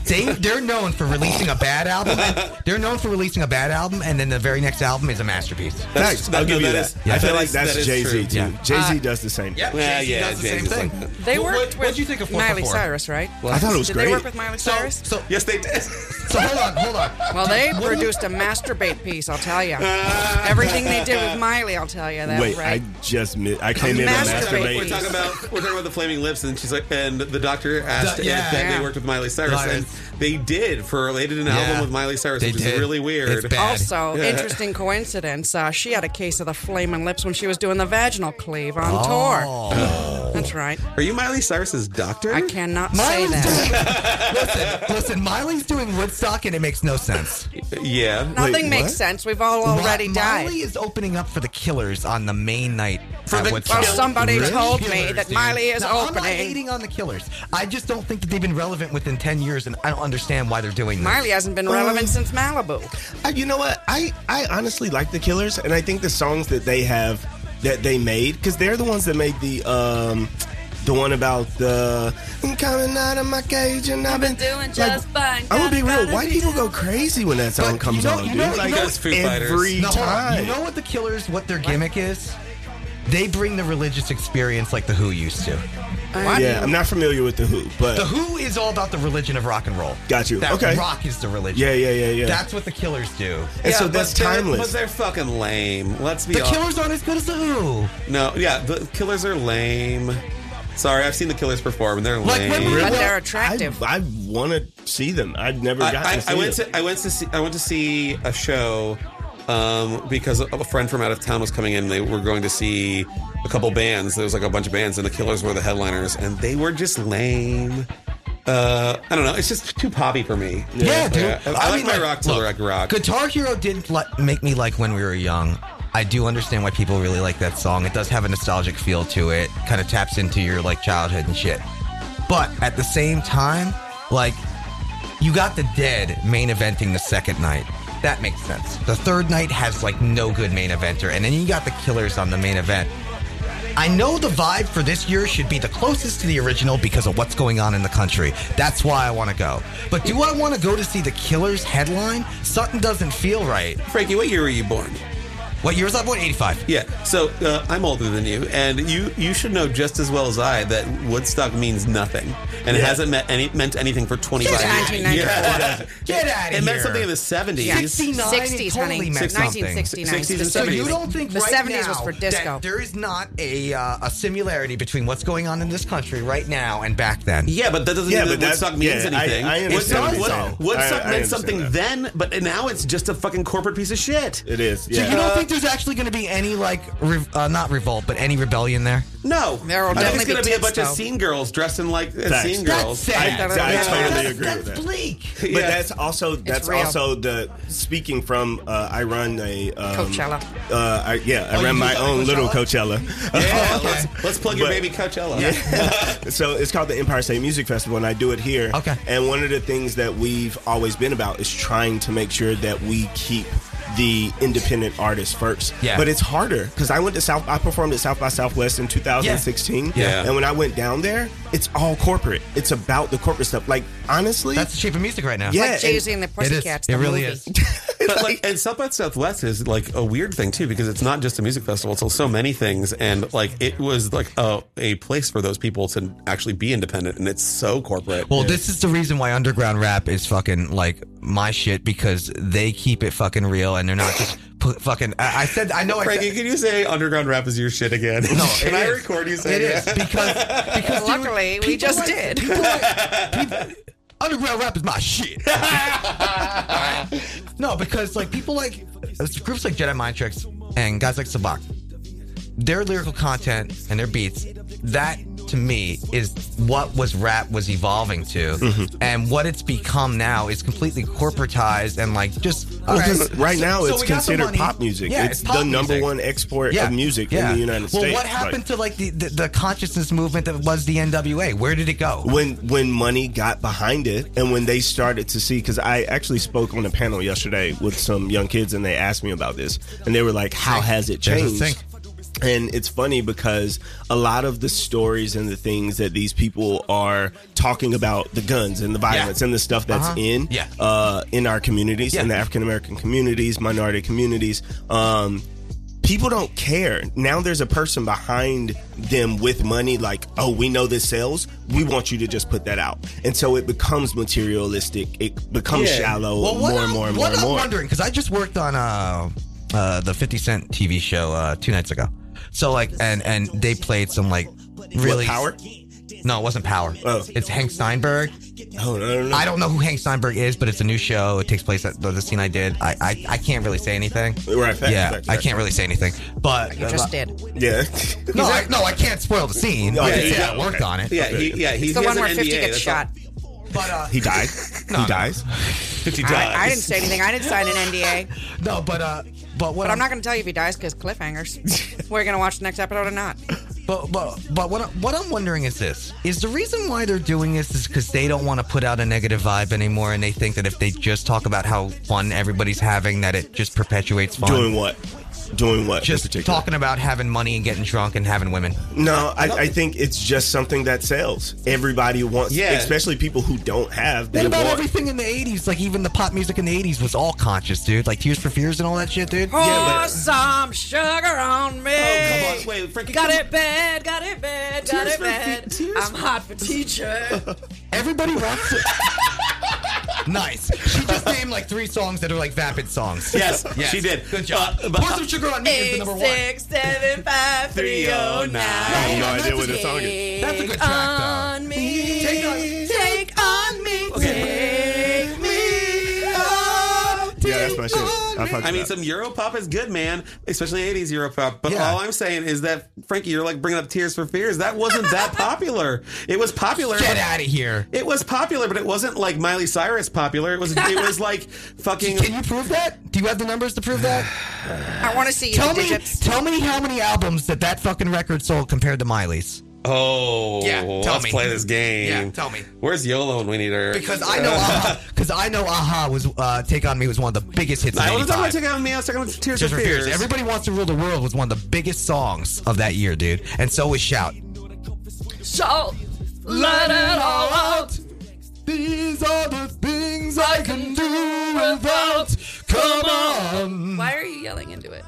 [SPEAKER 5] They they're known for releasing a bad album. They're known for releasing a bad album, and then the very next album is a masterpiece.
[SPEAKER 3] Thanks.
[SPEAKER 2] that-
[SPEAKER 3] I'll give
[SPEAKER 2] no,
[SPEAKER 3] you
[SPEAKER 2] that
[SPEAKER 3] that.
[SPEAKER 2] is-
[SPEAKER 3] I feel
[SPEAKER 2] that
[SPEAKER 3] like
[SPEAKER 2] is-
[SPEAKER 3] that's
[SPEAKER 2] that is
[SPEAKER 3] Jay
[SPEAKER 2] true,
[SPEAKER 3] Z too.
[SPEAKER 5] yeah. Uh,
[SPEAKER 3] Jay Z does the same.
[SPEAKER 5] Yeah,
[SPEAKER 3] thing.
[SPEAKER 5] Jay-Z
[SPEAKER 2] yeah,
[SPEAKER 5] does the
[SPEAKER 2] Jay-Z's
[SPEAKER 5] same
[SPEAKER 2] like
[SPEAKER 5] thing.
[SPEAKER 2] that.
[SPEAKER 4] They
[SPEAKER 5] What-
[SPEAKER 4] worked
[SPEAKER 5] what-
[SPEAKER 4] with
[SPEAKER 5] what'd you think of
[SPEAKER 4] Miley
[SPEAKER 5] 444?
[SPEAKER 4] Cyrus, right?
[SPEAKER 3] I thought it was
[SPEAKER 4] Did
[SPEAKER 3] great.
[SPEAKER 4] they work with Miley
[SPEAKER 5] So,
[SPEAKER 4] Cyrus?
[SPEAKER 5] so,
[SPEAKER 2] Yes, they did.
[SPEAKER 5] so hold on, hold on.
[SPEAKER 4] well, they
[SPEAKER 5] What do you- Uh,
[SPEAKER 4] produced a masturbate piece, I'll tell you. Everything they did with Miley, I'll tell you that,
[SPEAKER 3] Wait,
[SPEAKER 4] right?
[SPEAKER 3] I just mi- I came in on
[SPEAKER 4] Masturbate.
[SPEAKER 2] We're
[SPEAKER 3] masturbate.
[SPEAKER 2] talking about we're talking about the flaming lips, and she's like, and the doctor asked
[SPEAKER 5] The- yeah.
[SPEAKER 2] if that
[SPEAKER 4] Yeah.
[SPEAKER 2] they worked with Miley Cyrus, and they did for they did an album
[SPEAKER 5] Yeah.
[SPEAKER 2] with Miley Cyrus,
[SPEAKER 5] They
[SPEAKER 2] which
[SPEAKER 5] did.
[SPEAKER 2] is really weird.
[SPEAKER 5] It's bad.
[SPEAKER 4] also, interesting coincidence. Uh, she had a case of the flaming lips when she was doing the vaginal cleave on
[SPEAKER 5] Oh.
[SPEAKER 4] tour. That's right.
[SPEAKER 2] Are you Miley Cyrus's doctor?
[SPEAKER 4] I cannot say
[SPEAKER 5] Miley's
[SPEAKER 4] that.
[SPEAKER 5] doing, listen, listen. Miley's doing Woodstock, and it makes no sense.
[SPEAKER 2] Yeah,
[SPEAKER 4] Nothing
[SPEAKER 2] Wait,
[SPEAKER 4] makes
[SPEAKER 2] what?
[SPEAKER 4] sense. We've all already
[SPEAKER 5] Mi-
[SPEAKER 4] died.
[SPEAKER 5] Miley is opening up for the Killers on the main night
[SPEAKER 2] For
[SPEAKER 5] at
[SPEAKER 2] the
[SPEAKER 5] Woodstock.
[SPEAKER 4] well,
[SPEAKER 2] Kill-
[SPEAKER 4] somebody
[SPEAKER 2] Really?
[SPEAKER 4] told me
[SPEAKER 5] Killers,
[SPEAKER 4] that
[SPEAKER 5] dude.
[SPEAKER 4] Miley is
[SPEAKER 5] Now, I'm not
[SPEAKER 4] opening.
[SPEAKER 5] hating on the Killers. I just don't think that they've been relevant within ten years, and I don't understand why they're doing this.
[SPEAKER 4] Miley hasn't been relevant since Malibu.
[SPEAKER 3] I- you know what? I, I honestly like the Killers, and I think the songs that they have that they made because they're the ones that made the um the one about the I'm coming out of my cage and I've been,
[SPEAKER 6] doing
[SPEAKER 3] like,
[SPEAKER 6] just fine.
[SPEAKER 3] I'm gonna be
[SPEAKER 6] Gotta
[SPEAKER 3] real. White
[SPEAKER 6] be
[SPEAKER 3] people go crazy when that
[SPEAKER 5] But
[SPEAKER 3] song
[SPEAKER 5] you
[SPEAKER 3] comes
[SPEAKER 5] know-
[SPEAKER 3] on,
[SPEAKER 5] you
[SPEAKER 3] dude.
[SPEAKER 5] know- you
[SPEAKER 3] like
[SPEAKER 5] know-
[SPEAKER 2] Because Foo Fighters.
[SPEAKER 3] every
[SPEAKER 5] No, hold on.
[SPEAKER 3] time.
[SPEAKER 5] You know what the Killers? What their gimmick is? They bring the religious experience like the Who used to.
[SPEAKER 3] yeah, I'm not familiar with the Who, but
[SPEAKER 5] The Who is all about the religion of rock and roll.
[SPEAKER 3] Got you.
[SPEAKER 5] That
[SPEAKER 3] Okay.
[SPEAKER 5] Rock is the religion.
[SPEAKER 3] yeah, yeah, yeah, yeah.
[SPEAKER 5] That's what the Killers do.
[SPEAKER 3] and so
[SPEAKER 2] but
[SPEAKER 3] that's
[SPEAKER 2] they're-
[SPEAKER 3] timeless.
[SPEAKER 2] But they're fucking lame. Let's be
[SPEAKER 5] The
[SPEAKER 2] honest.
[SPEAKER 5] Killers aren't as good as the Who.
[SPEAKER 2] No, yeah, the Killers are lame. Sorry, I've seen the Killers perform, and they're
[SPEAKER 5] Like,
[SPEAKER 2] lame.
[SPEAKER 5] when we-
[SPEAKER 4] But
[SPEAKER 5] Well,
[SPEAKER 4] they're
[SPEAKER 5] I-
[SPEAKER 4] attractive.
[SPEAKER 3] I, I want to see them. I've never gotten
[SPEAKER 2] I,
[SPEAKER 3] to see
[SPEAKER 2] I, I went
[SPEAKER 3] them.
[SPEAKER 2] to I went to see I went to see a show um, because a friend from out of town was coming in. They were going to see a couple bands. There was like a bunch of bands, and the Killers were the headliners, and they were just lame. Uh, I don't know. It's just too poppy for me.
[SPEAKER 5] Yeah, dude.
[SPEAKER 2] I, like my rock till
[SPEAKER 5] look,
[SPEAKER 2] rock rock.
[SPEAKER 5] Guitar Hero did li- make me like when we were young. I do understand why people really like that song. It does have a nostalgic feel to it. Kind of taps into your like childhood and shit. But at the same time, like you got the dead main eventing the second night. That makes sense. The third night has like no good main eventer, and then you got the killers on the main event. I know the vibe for this year should be the closest to the original because of what's going on in the country. That's why I want to go. But do I want to go to see the Killers headline? Something doesn't feel right.
[SPEAKER 2] Frankie, what year were you born?
[SPEAKER 5] What year is that? What 85?
[SPEAKER 2] Yeah, so uh, I'm older than you, and you you should know just as well as I that Woodstock means nothing, and it
[SPEAKER 3] Yeah.
[SPEAKER 2] hasn't meant any meant anything for 25
[SPEAKER 4] Since
[SPEAKER 2] years.
[SPEAKER 4] 1994.
[SPEAKER 5] Get
[SPEAKER 2] it
[SPEAKER 5] out of here.
[SPEAKER 2] meant something in the 70s.
[SPEAKER 4] Yeah.
[SPEAKER 5] 69, it
[SPEAKER 4] 60s,
[SPEAKER 5] totally
[SPEAKER 4] honey.
[SPEAKER 5] meant something.
[SPEAKER 4] 1969.
[SPEAKER 2] 60s and
[SPEAKER 5] So you
[SPEAKER 4] specifically.
[SPEAKER 5] don't think
[SPEAKER 4] the
[SPEAKER 5] right
[SPEAKER 4] 70s was
[SPEAKER 5] now
[SPEAKER 4] for disco?
[SPEAKER 5] That there is not a uh, a similarity between what's going on in this country right now and back then.
[SPEAKER 2] Yeah, but that doesn't
[SPEAKER 3] Yeah,
[SPEAKER 2] mean that
[SPEAKER 3] but that-
[SPEAKER 2] Woodstock means
[SPEAKER 3] yeah, I-
[SPEAKER 2] anything.
[SPEAKER 3] I understand
[SPEAKER 2] Woodstock,
[SPEAKER 5] what you're saying.
[SPEAKER 2] Wood- Woodstock
[SPEAKER 3] I- I
[SPEAKER 2] meant
[SPEAKER 3] understand
[SPEAKER 2] something
[SPEAKER 3] that.
[SPEAKER 2] then, but now it's just a fucking corporate piece of shit.
[SPEAKER 3] It is.
[SPEAKER 5] So
[SPEAKER 3] Yeah.
[SPEAKER 5] you don't think there's actually going to be any like re- uh, not revolt, but any rebellion there?
[SPEAKER 2] No,
[SPEAKER 4] There will
[SPEAKER 2] I think
[SPEAKER 4] definitely
[SPEAKER 2] it's
[SPEAKER 4] be
[SPEAKER 2] gonna be a
[SPEAKER 4] tits,
[SPEAKER 2] bunch
[SPEAKER 4] though.
[SPEAKER 2] of scene girls dressed in like uh,
[SPEAKER 3] Facts.
[SPEAKER 2] scene
[SPEAKER 3] That's
[SPEAKER 2] girls.
[SPEAKER 5] That's sad.
[SPEAKER 3] I- I totally
[SPEAKER 4] Yeah.
[SPEAKER 5] That's-
[SPEAKER 3] agree
[SPEAKER 5] that's
[SPEAKER 3] with that.
[SPEAKER 5] bleak.
[SPEAKER 3] But
[SPEAKER 2] Yeah.
[SPEAKER 3] that's also that's
[SPEAKER 4] real.
[SPEAKER 3] also the speaking from uh, I run a um,
[SPEAKER 4] Coachella.
[SPEAKER 3] Uh, I, yeah, I
[SPEAKER 5] Oh, you
[SPEAKER 3] ran
[SPEAKER 5] do
[SPEAKER 3] my
[SPEAKER 5] like
[SPEAKER 3] own little
[SPEAKER 5] Coachella?
[SPEAKER 3] Coachella.
[SPEAKER 2] Yeah,
[SPEAKER 5] Okay.
[SPEAKER 2] let's, let's plug your
[SPEAKER 3] But-
[SPEAKER 2] baby Coachella.
[SPEAKER 3] so it's called the Empire State Music Festival, and I do it here.
[SPEAKER 5] Okay.
[SPEAKER 3] And one of the things that we've always been about is trying to make sure that we keep the independent artists first.
[SPEAKER 5] Yeah.
[SPEAKER 3] But it's harder because I went to South. I performed at South by Southwest in 2016.
[SPEAKER 2] Yeah.
[SPEAKER 3] And when I went down there, it's all corporate. It's about the corporate stuff. Like honestly,
[SPEAKER 5] That's the shape of music right now.
[SPEAKER 3] Yeah.
[SPEAKER 4] like Jay Z and the
[SPEAKER 5] it is.
[SPEAKER 4] Pussycats.
[SPEAKER 5] it
[SPEAKER 4] the
[SPEAKER 5] really
[SPEAKER 4] movie.
[SPEAKER 5] is.
[SPEAKER 2] But like, and South by Southwest is like a weird thing too, because it's not just a music festival; it's so many things. And like, it was like a, a place for those people to actually be independent, and it's so corporate.
[SPEAKER 5] Well, this is the reason why underground rap is fucking like my shit because they keep it fucking real and they're not just pu- fucking. I, I said I know I
[SPEAKER 2] Frankie,
[SPEAKER 5] said.
[SPEAKER 2] can you say underground rap is your shit again?
[SPEAKER 5] No,
[SPEAKER 2] can
[SPEAKER 5] it
[SPEAKER 2] I
[SPEAKER 5] is.
[SPEAKER 2] record you
[SPEAKER 5] It
[SPEAKER 2] saying
[SPEAKER 5] is
[SPEAKER 2] that?
[SPEAKER 5] because because dude,
[SPEAKER 4] Luckily, we
[SPEAKER 5] people
[SPEAKER 4] just
[SPEAKER 5] like-
[SPEAKER 4] did.
[SPEAKER 5] people like- people- underground rap is my shit. no, because like people like groups like Jedi Mind Tricks and guys like Sabak, their lyrical content and their beats that to me is what was rap was evolving to
[SPEAKER 3] Mm-hmm.
[SPEAKER 5] and what it's become now is completely corporatized and like just all
[SPEAKER 3] Well, 'cause right now
[SPEAKER 5] So
[SPEAKER 3] it's
[SPEAKER 5] we got the
[SPEAKER 3] considered
[SPEAKER 5] money.
[SPEAKER 3] pop music.
[SPEAKER 5] Yeah,
[SPEAKER 3] it's,
[SPEAKER 5] it's pop
[SPEAKER 3] the number
[SPEAKER 5] music.
[SPEAKER 3] one export of music
[SPEAKER 5] yeah.
[SPEAKER 3] in the United
[SPEAKER 5] well,
[SPEAKER 3] States.
[SPEAKER 5] what
[SPEAKER 3] Like,
[SPEAKER 5] happened to like the, the, the consciousness movement that was the NWA? Where did it go?
[SPEAKER 3] when when money got behind it and when they started to see because I actually spoke on a panel yesterday with some young kids and they asked me about this and they were like, "How has it
[SPEAKER 5] There's a
[SPEAKER 3] changed?"
[SPEAKER 5] sink.
[SPEAKER 3] And it's funny because a lot of the stories and the things that these people are talking about the guns and the violence and the stuff that's
[SPEAKER 5] Uh-huh.
[SPEAKER 3] in
[SPEAKER 5] Yeah.
[SPEAKER 3] uh, in our communities,
[SPEAKER 5] Yeah.
[SPEAKER 3] in the African American communities, minority communities, um, people don't care. Now there's a person behind them with money, like, oh, we know this sells. We want you to just put that out. And so it becomes materialistic, it becomes
[SPEAKER 2] Yeah.
[SPEAKER 3] shallow
[SPEAKER 5] Well, what
[SPEAKER 3] more
[SPEAKER 5] I'm,
[SPEAKER 3] and more and more
[SPEAKER 5] what
[SPEAKER 3] and
[SPEAKER 5] I'm
[SPEAKER 3] more.
[SPEAKER 5] wondering because I just worked on uh, uh, the 50 Cent TV show uh, two nights ago. So like, and and they played some like really
[SPEAKER 3] Power?
[SPEAKER 5] No, it wasn't Power.
[SPEAKER 3] Oh.
[SPEAKER 5] It's Hank Steinberg.
[SPEAKER 3] Oh, no, no, no.
[SPEAKER 5] I don't know who Hank Steinberg is, but it's a new show. It takes place at the, the scene I did. I, I I can't really say anything.
[SPEAKER 3] Right, fact,
[SPEAKER 5] yeah,
[SPEAKER 3] fact,
[SPEAKER 5] I
[SPEAKER 3] fact.
[SPEAKER 5] can't really say anything. But uh,
[SPEAKER 4] You just did.
[SPEAKER 3] Yeah.
[SPEAKER 5] No, I, no, I can't spoil the scene.
[SPEAKER 3] Oh,
[SPEAKER 5] I
[SPEAKER 3] yeah,
[SPEAKER 5] just said
[SPEAKER 3] yeah,
[SPEAKER 5] I worked
[SPEAKER 3] okay.
[SPEAKER 5] on it.
[SPEAKER 2] Yeah, he, yeah, he,
[SPEAKER 4] It's the
[SPEAKER 2] he
[SPEAKER 4] one
[SPEAKER 2] has
[SPEAKER 4] where
[SPEAKER 2] an
[SPEAKER 4] 50
[SPEAKER 2] NDA,
[SPEAKER 4] gets
[SPEAKER 2] that's all.
[SPEAKER 4] shot.
[SPEAKER 5] But uh,
[SPEAKER 3] he died. he dies.
[SPEAKER 2] 50 dies.
[SPEAKER 4] I, I didn't say anything. I didn't sign an NDA.
[SPEAKER 5] no, but uh, but what
[SPEAKER 4] But I'm
[SPEAKER 5] I'm
[SPEAKER 4] not going to tell you if he dies because cliffhangers. We're going to watch the next episode or not.
[SPEAKER 5] But but but what I- what I'm wondering is this: is the reason why they're doing this is because they don't want to put out a negative vibe anymore, and they think that if they just talk about how fun everybody's having, that it just perpetuates fun.
[SPEAKER 3] Doing what? Doing what? in
[SPEAKER 5] just
[SPEAKER 3] particular?
[SPEAKER 5] talking about having money and getting drunk and having women.
[SPEAKER 3] No, I, I think it's just something that sells. Everybody wants,
[SPEAKER 2] Yeah.
[SPEAKER 3] especially people who don't have. They
[SPEAKER 5] What about
[SPEAKER 3] want.
[SPEAKER 5] everything in the '80s? Like even the pop music in the '80s was all conscious, dude. Like Tears for Fears and all that shit, dude.
[SPEAKER 4] Pour some sugar on me.
[SPEAKER 2] Oh, come on. Wait, Frankie,
[SPEAKER 4] Got
[SPEAKER 2] come
[SPEAKER 4] it bad, got it bad, got
[SPEAKER 2] Tears
[SPEAKER 4] it
[SPEAKER 2] for
[SPEAKER 4] bad.
[SPEAKER 2] fe- tears
[SPEAKER 4] I'm hot for teacher.
[SPEAKER 5] Everybody raps it. nice. She just named like three songs that are like vapid songs.
[SPEAKER 2] Yes, she did.
[SPEAKER 5] Good job.
[SPEAKER 2] Uh, but-
[SPEAKER 5] Pour some sugar on me is the
[SPEAKER 4] Eight,
[SPEAKER 5] number one.
[SPEAKER 4] six, seven, five, three, oh,
[SPEAKER 2] I
[SPEAKER 4] nine.
[SPEAKER 2] have
[SPEAKER 3] no
[SPEAKER 5] That's
[SPEAKER 3] idea
[SPEAKER 5] a
[SPEAKER 3] what the song is.
[SPEAKER 4] Take
[SPEAKER 5] That's a good track, though.
[SPEAKER 4] on me.
[SPEAKER 5] Take on-
[SPEAKER 4] Take on me. Take me.
[SPEAKER 3] Yeah, that's my shit. I, fuck
[SPEAKER 2] I
[SPEAKER 3] with
[SPEAKER 2] mean,
[SPEAKER 3] that.
[SPEAKER 2] some Europop is good, man, especially 80s Europop. But
[SPEAKER 5] Yeah.
[SPEAKER 2] all I'm saying is that, Frankie, you're like bringing up Tears for Fears. That wasn't that popular. It was popular.
[SPEAKER 5] Get
[SPEAKER 2] but-
[SPEAKER 5] out of here.
[SPEAKER 2] It was popular, but it wasn't like Miley Cyrus popular. It was it was like fucking.
[SPEAKER 5] Can you prove that? Do you have the numbers to prove that?
[SPEAKER 4] I want to see you
[SPEAKER 5] tell me,
[SPEAKER 4] digits.
[SPEAKER 5] tell me how many albums that that fucking record sold compared to Miley's.
[SPEAKER 2] Oh,
[SPEAKER 5] Yeah, tell
[SPEAKER 2] let's
[SPEAKER 5] me.
[SPEAKER 2] play this game.
[SPEAKER 5] Yeah, tell me.
[SPEAKER 2] Where's Yolo when we need her?
[SPEAKER 5] Because I know, Aha, because I know, Aha was uh, "Take on Me" was one of the biggest hits. Of
[SPEAKER 2] I
[SPEAKER 5] I
[SPEAKER 2] wasn't talking about
[SPEAKER 5] was
[SPEAKER 2] Take On Me. I was talking about Tears,
[SPEAKER 5] Tears
[SPEAKER 2] for
[SPEAKER 5] for
[SPEAKER 2] Fears.
[SPEAKER 5] Fears. Everybody wants to rule the world was one of the biggest songs of that year, dude. And so was "Shout."
[SPEAKER 4] So, let it all out.
[SPEAKER 5] These are the things I can do without. Come on.
[SPEAKER 4] Why are you yelling into it?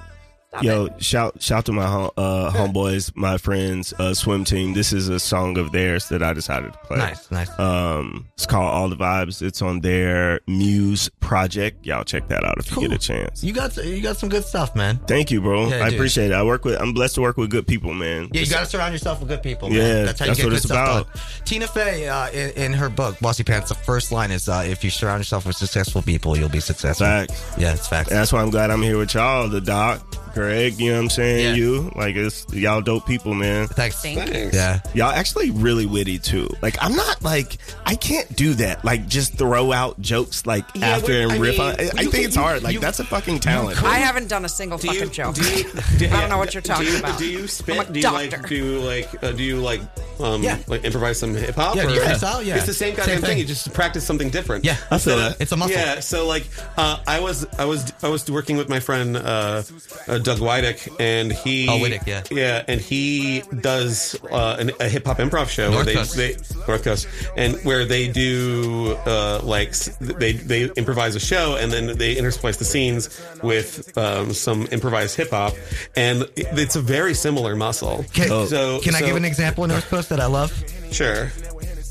[SPEAKER 4] Stop
[SPEAKER 3] Yo,
[SPEAKER 4] it.
[SPEAKER 3] shout shout to my hom- uh, homeboys, my friends, uh, swim team. This is a song of theirs that I decided to play.
[SPEAKER 5] Nice, nice.
[SPEAKER 3] Um, it's called All the Vibes. It's on their Muse project. Y'all check that out if you get a chance.
[SPEAKER 5] You got you got some good stuff, man.
[SPEAKER 3] Thank you, bro.
[SPEAKER 5] Yeah,
[SPEAKER 3] I
[SPEAKER 5] dude.
[SPEAKER 3] appreciate it. I work with. I'm blessed to work with good people, man.
[SPEAKER 5] Yeah, you got to surround yourself with good people.
[SPEAKER 3] Yeah,
[SPEAKER 5] man. that's how you
[SPEAKER 3] that's
[SPEAKER 5] get
[SPEAKER 3] what
[SPEAKER 5] good
[SPEAKER 3] it's
[SPEAKER 5] stuff
[SPEAKER 3] about.
[SPEAKER 5] done. Tina Fey, uh, in, in her book Bossy Pants, the first line is, uh, "If you surround yourself with successful people, you'll be successful."
[SPEAKER 3] Facts.
[SPEAKER 5] Yeah, it's facts.
[SPEAKER 3] And that's why I'm glad I'm here with y'all, the doc, Greg, you know what I'm saying?
[SPEAKER 5] Yeah.
[SPEAKER 3] You. Like it's y'all dope people, man.
[SPEAKER 5] Thanks.
[SPEAKER 4] Thank you.
[SPEAKER 2] Thanks.
[SPEAKER 5] Yeah.
[SPEAKER 3] Y'all actually really witty too. Like I'm not like I can't do that. Like just throw out jokes like
[SPEAKER 2] Yeah,
[SPEAKER 3] after
[SPEAKER 2] what-
[SPEAKER 3] and
[SPEAKER 2] I
[SPEAKER 3] riff.
[SPEAKER 2] mean,
[SPEAKER 3] on. I, I
[SPEAKER 2] you-
[SPEAKER 3] think it's hard. Like that's a fucking talent.
[SPEAKER 4] I haven't done a single
[SPEAKER 2] Do
[SPEAKER 4] fucking
[SPEAKER 2] you,
[SPEAKER 4] joke.
[SPEAKER 2] do you-
[SPEAKER 4] I don't know what you're
[SPEAKER 2] do
[SPEAKER 4] talking
[SPEAKER 2] you-
[SPEAKER 4] about.
[SPEAKER 2] Do you spit?
[SPEAKER 4] I'm a
[SPEAKER 2] do you like
[SPEAKER 4] doctor.
[SPEAKER 2] do you like uh, do you like um
[SPEAKER 5] Yeah.
[SPEAKER 2] like improvise some hip hop?
[SPEAKER 5] Yeah, do you freestyle? Yeah.
[SPEAKER 2] It's the same goddamn
[SPEAKER 5] Same
[SPEAKER 2] thing.
[SPEAKER 5] thing.
[SPEAKER 2] You just practice something different.
[SPEAKER 5] Yeah. I
[SPEAKER 3] feel
[SPEAKER 2] So-
[SPEAKER 3] that.
[SPEAKER 5] It's a muscle.
[SPEAKER 2] Yeah. So like, uh, I was I was I was working with my friend uh, uh, Doug Wydick, and he
[SPEAKER 5] Oh, Wydick, yeah.
[SPEAKER 2] yeah, and he does uh, an, a hip hop improv show where
[SPEAKER 5] North
[SPEAKER 2] they,
[SPEAKER 5] Coast.
[SPEAKER 2] they North Coast, and where they do uh, like s- they they improvise a show and then they intersplice the scenes with um, some improvised hip hop, and it- it's a very similar muscle.
[SPEAKER 5] Can,
[SPEAKER 3] Oh.
[SPEAKER 2] So
[SPEAKER 5] can I
[SPEAKER 2] so-
[SPEAKER 5] give an example in North Coast that I love?
[SPEAKER 2] Sure.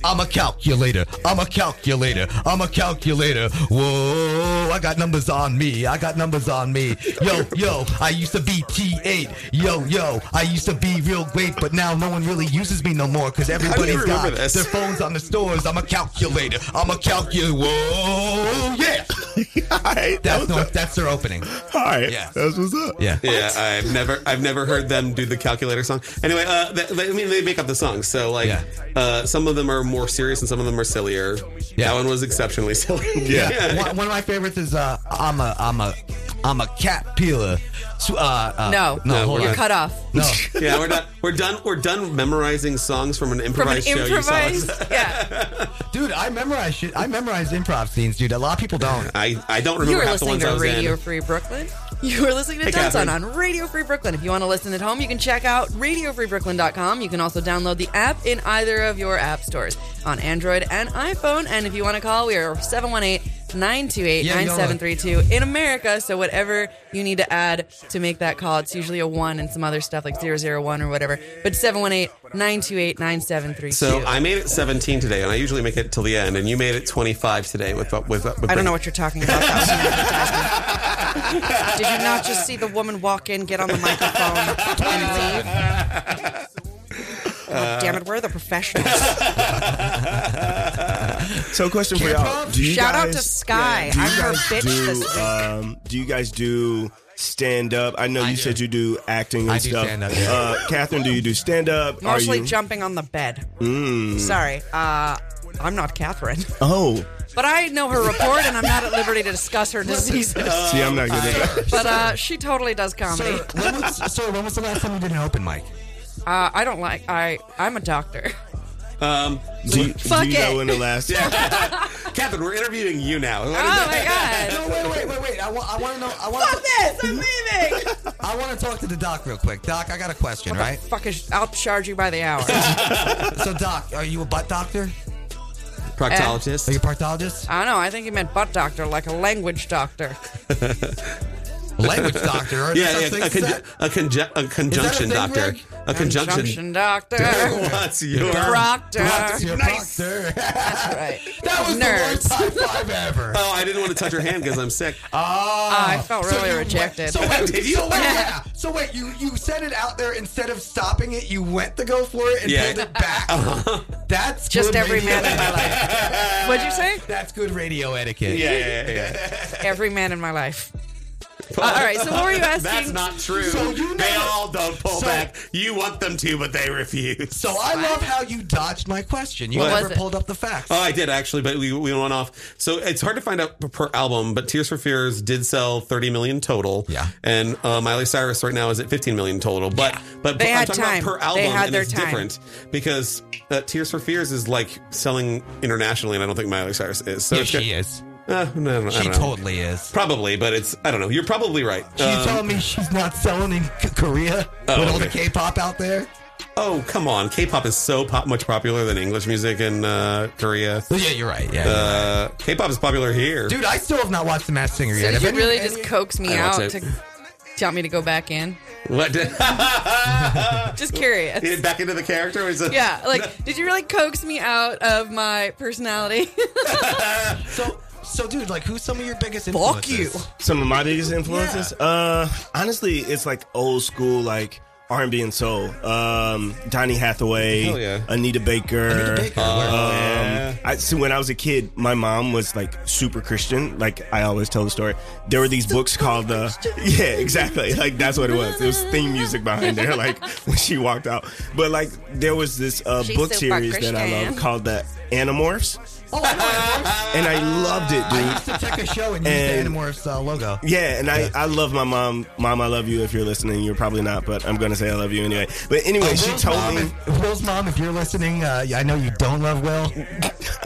[SPEAKER 5] I'm a calculator. I'm a calculator. I'm a calculator. Whoa, I got numbers on me. I got numbers on me. Yo, yo, I used to be T8. Yo, yo, I used to be real great, but now no one really uses me no more because everybody's
[SPEAKER 2] remember
[SPEAKER 5] got
[SPEAKER 2] this?
[SPEAKER 5] their phones on the stores. I'm a calculator. I'm a calculator. Whoa, yeah.
[SPEAKER 3] all right. That
[SPEAKER 5] That's,
[SPEAKER 3] was
[SPEAKER 5] no, that's their opening.
[SPEAKER 3] all right.
[SPEAKER 5] Yeah.
[SPEAKER 3] That's what's up.
[SPEAKER 5] Yeah.
[SPEAKER 2] Yeah, I've never I've never heard them do the calculator song. Anyway, uh, th- th- I mean they make up the songs, so like
[SPEAKER 5] Yeah.
[SPEAKER 2] uh, some of them are more serious and some of them are sillier.
[SPEAKER 5] Yeah.
[SPEAKER 2] That one was exceptionally silly.
[SPEAKER 5] Yeah. One, one of my favorites is uh, I'm a I'm a I'm a cat peeler. So, uh, uh,
[SPEAKER 4] no,
[SPEAKER 5] no, hold
[SPEAKER 4] you're
[SPEAKER 5] on.
[SPEAKER 4] cut off.
[SPEAKER 5] No,
[SPEAKER 2] yeah, we're done. We're done. We're done memorizing songs from an
[SPEAKER 4] From an
[SPEAKER 2] improvised show. You
[SPEAKER 4] improvised,
[SPEAKER 2] saw.
[SPEAKER 4] yeah.
[SPEAKER 5] dude, I memorize shit. I memorize improv scenes, dude. A lot of people don't.
[SPEAKER 2] I I don't remember
[SPEAKER 4] You were
[SPEAKER 2] half the
[SPEAKER 4] listening
[SPEAKER 2] ones I
[SPEAKER 4] to
[SPEAKER 2] was
[SPEAKER 4] Radio
[SPEAKER 2] in.
[SPEAKER 4] Free Brooklyn. You are listening to
[SPEAKER 2] Hey,
[SPEAKER 4] Dunson
[SPEAKER 2] Catherine.
[SPEAKER 4] on Radio Free Brooklyn. If you want to listen at home, you can check out radiofreebrooklyn.com. You can also download the app in either of your app stores on Android and iPhone. And if you want to call, we are 718 928 9732 in America. So whatever you need to add to make that call, it's usually a one and some other stuff like 001 or whatever. But 718 928 9732.
[SPEAKER 2] So I made it 17 today, and I usually make it till the end. And you made it 25 today with with. with
[SPEAKER 4] I don't know what you're talking about. That was an advertisement. Did you not just see the woman walk in, get on the microphone, and leave? Oh, damn it, we're the professionals.
[SPEAKER 3] So, question for y'all: Do you
[SPEAKER 4] Shout out
[SPEAKER 3] guys-
[SPEAKER 4] to Sky.
[SPEAKER 3] do you
[SPEAKER 4] I'm her
[SPEAKER 3] guys
[SPEAKER 4] bitch
[SPEAKER 3] do,
[SPEAKER 4] this week.
[SPEAKER 3] Um, do you guys do stand up? I know you
[SPEAKER 5] do.
[SPEAKER 3] said you do acting and
[SPEAKER 5] I do
[SPEAKER 3] stuff.
[SPEAKER 5] stand-up, yeah.
[SPEAKER 3] Uh, Catherine, do you do stand up?
[SPEAKER 4] Mostly
[SPEAKER 3] Are you, Mm.
[SPEAKER 4] jumping on the bed. Sorry, uh, I'm not Catherine,
[SPEAKER 3] oh,
[SPEAKER 4] but I know her report, and I'm not at liberty to discuss her diseases.
[SPEAKER 3] see, I'm not good at that.
[SPEAKER 4] But uh, she totally does comedy.
[SPEAKER 5] Sir, when was, sir, when was the last time you did an open mic?
[SPEAKER 4] Uh, I don't like. I I'm a doctor.
[SPEAKER 2] Um,
[SPEAKER 3] Do you,
[SPEAKER 4] Fuck
[SPEAKER 3] do you know
[SPEAKER 4] it.
[SPEAKER 3] in the last?
[SPEAKER 2] Catherine, we're interviewing you now.
[SPEAKER 4] Oh my god!
[SPEAKER 5] No, wait, wait, wait, wait. I want, I want to know. I want,
[SPEAKER 4] Fuck this! I'm leaving.
[SPEAKER 5] I want to talk to the doc real quick. Doc, I got a question, right?
[SPEAKER 4] Fuck is, I'll charge you by the hour.
[SPEAKER 5] So, doc, are you a butt doctor?
[SPEAKER 2] Proctologist.
[SPEAKER 5] Are you a proctologist?
[SPEAKER 4] I don't know. I think he meant butt doctor, like a language doctor.
[SPEAKER 5] Language doctor? Are
[SPEAKER 2] yeah,
[SPEAKER 5] there
[SPEAKER 2] yeah,
[SPEAKER 5] such
[SPEAKER 2] a,
[SPEAKER 5] things as
[SPEAKER 2] conju-
[SPEAKER 5] that?
[SPEAKER 2] a, conju- a conjunction
[SPEAKER 5] thing,
[SPEAKER 2] doctor.
[SPEAKER 5] Rick?
[SPEAKER 2] A conjunction.
[SPEAKER 4] doctor.
[SPEAKER 2] What's your
[SPEAKER 4] Proctor.
[SPEAKER 5] Doctor, you're a
[SPEAKER 2] Nice.
[SPEAKER 5] proctor.
[SPEAKER 4] Right.
[SPEAKER 5] That was
[SPEAKER 4] Nerds.
[SPEAKER 5] the worst high five ever.
[SPEAKER 2] Oh, I didn't want to touch her hand because I'm sick.
[SPEAKER 5] Oh,
[SPEAKER 4] I felt really
[SPEAKER 5] you went-
[SPEAKER 4] rejected.
[SPEAKER 5] so wait,
[SPEAKER 2] Did you?
[SPEAKER 5] So wait, yeah. So wait, you you said it out there instead of stopping it, you went to go for it and
[SPEAKER 2] Yeah. Uh-huh.
[SPEAKER 5] pulled it back. That's
[SPEAKER 4] Just
[SPEAKER 5] good
[SPEAKER 4] every
[SPEAKER 5] radio
[SPEAKER 4] man in my life. What'd you say?
[SPEAKER 5] That's good radio etiquette.
[SPEAKER 2] yeah, yeah, yeah, yeah.
[SPEAKER 4] Every man in my life. Uh, all right. So what were you asking?
[SPEAKER 2] That's not true.
[SPEAKER 5] So you
[SPEAKER 2] they
[SPEAKER 5] know-
[SPEAKER 2] all don't pull
[SPEAKER 5] so-
[SPEAKER 2] back. You want them to, but they refuse.
[SPEAKER 5] So I love how you dodged my question. You
[SPEAKER 2] What?
[SPEAKER 5] never
[SPEAKER 4] Was it?
[SPEAKER 5] pulled up the facts.
[SPEAKER 2] Oh, I did actually, but we, we went off. So it's hard to find out per- per album, but Tears for Fears did sell 30 million total.
[SPEAKER 5] Yeah.
[SPEAKER 2] And uh, Miley Cyrus right now is at 15 million total. But but
[SPEAKER 4] They
[SPEAKER 2] I'm
[SPEAKER 4] had
[SPEAKER 2] talking
[SPEAKER 4] time.
[SPEAKER 2] about per
[SPEAKER 4] They
[SPEAKER 2] album
[SPEAKER 4] had
[SPEAKER 2] and
[SPEAKER 4] their
[SPEAKER 2] it's
[SPEAKER 4] time.
[SPEAKER 2] different because uh, Tears for Fears is like selling internationally, and I don't think Miley Cyrus is. So
[SPEAKER 5] Yeah,
[SPEAKER 2] it's got-
[SPEAKER 5] is.
[SPEAKER 2] Uh, no, no, I
[SPEAKER 5] She
[SPEAKER 2] don't know.
[SPEAKER 5] totally is.
[SPEAKER 2] Probably, but it's I don't know. You're probably right.
[SPEAKER 5] She
[SPEAKER 2] Um,
[SPEAKER 5] told me she's not selling in K- Korea
[SPEAKER 2] Oh,
[SPEAKER 5] with all the
[SPEAKER 2] okay.
[SPEAKER 5] K-pop out there.
[SPEAKER 2] oh come on, K-pop is so pop- much popular than English music in uh, Korea.
[SPEAKER 5] yeah, you're right. Yeah.
[SPEAKER 2] Uh, K-pop is popular here.
[SPEAKER 5] Dude, I still have not watched The Masked Singer
[SPEAKER 4] So
[SPEAKER 5] yet.
[SPEAKER 4] you
[SPEAKER 5] If any-
[SPEAKER 4] really
[SPEAKER 5] any-
[SPEAKER 4] just coax me
[SPEAKER 2] I
[SPEAKER 4] out
[SPEAKER 2] don't
[SPEAKER 4] to
[SPEAKER 2] say-
[SPEAKER 4] tell me to go back in?
[SPEAKER 2] What? did-
[SPEAKER 4] Just curious.
[SPEAKER 2] back into the character? Is it-
[SPEAKER 4] Yeah, like, did you really coax me out of my personality?
[SPEAKER 5] So, so, dude, like, who's some of your biggest influences?
[SPEAKER 4] Fuck you.
[SPEAKER 3] Some of my biggest influences. Uh, honestly, it's like old school, like R and B and soul. Um, Donny Hathaway,
[SPEAKER 2] Hell yeah.
[SPEAKER 3] Anita Baker.
[SPEAKER 5] Anita Baker,
[SPEAKER 3] Um,
[SPEAKER 2] Uh, word.
[SPEAKER 3] I so when I was a kid, my mom was like super Christian. Like I always tell the story. There were these books called the yeah, exactly. Like that's what it was. There was theme music behind there. Like when she walked out, but like there was this uh,
[SPEAKER 4] She's
[SPEAKER 3] book
[SPEAKER 4] super
[SPEAKER 3] series that I
[SPEAKER 4] Christian.
[SPEAKER 3] love called the Animorphs,
[SPEAKER 5] Oh, I know Animorphs.
[SPEAKER 3] and I loved it, dude.
[SPEAKER 5] I used to check a show and use
[SPEAKER 3] And-
[SPEAKER 5] the Animorphs uh, logo.
[SPEAKER 3] Yeah, and I, I love my mom. Mom, I love you if you're listening. You're probably not, but I'm going to say I love you anyway. But anyway, she
[SPEAKER 5] Will's
[SPEAKER 3] told
[SPEAKER 5] Oh, mom,
[SPEAKER 3] me
[SPEAKER 5] if- Will's mom, if you're listening, uh, I know you don't love Will.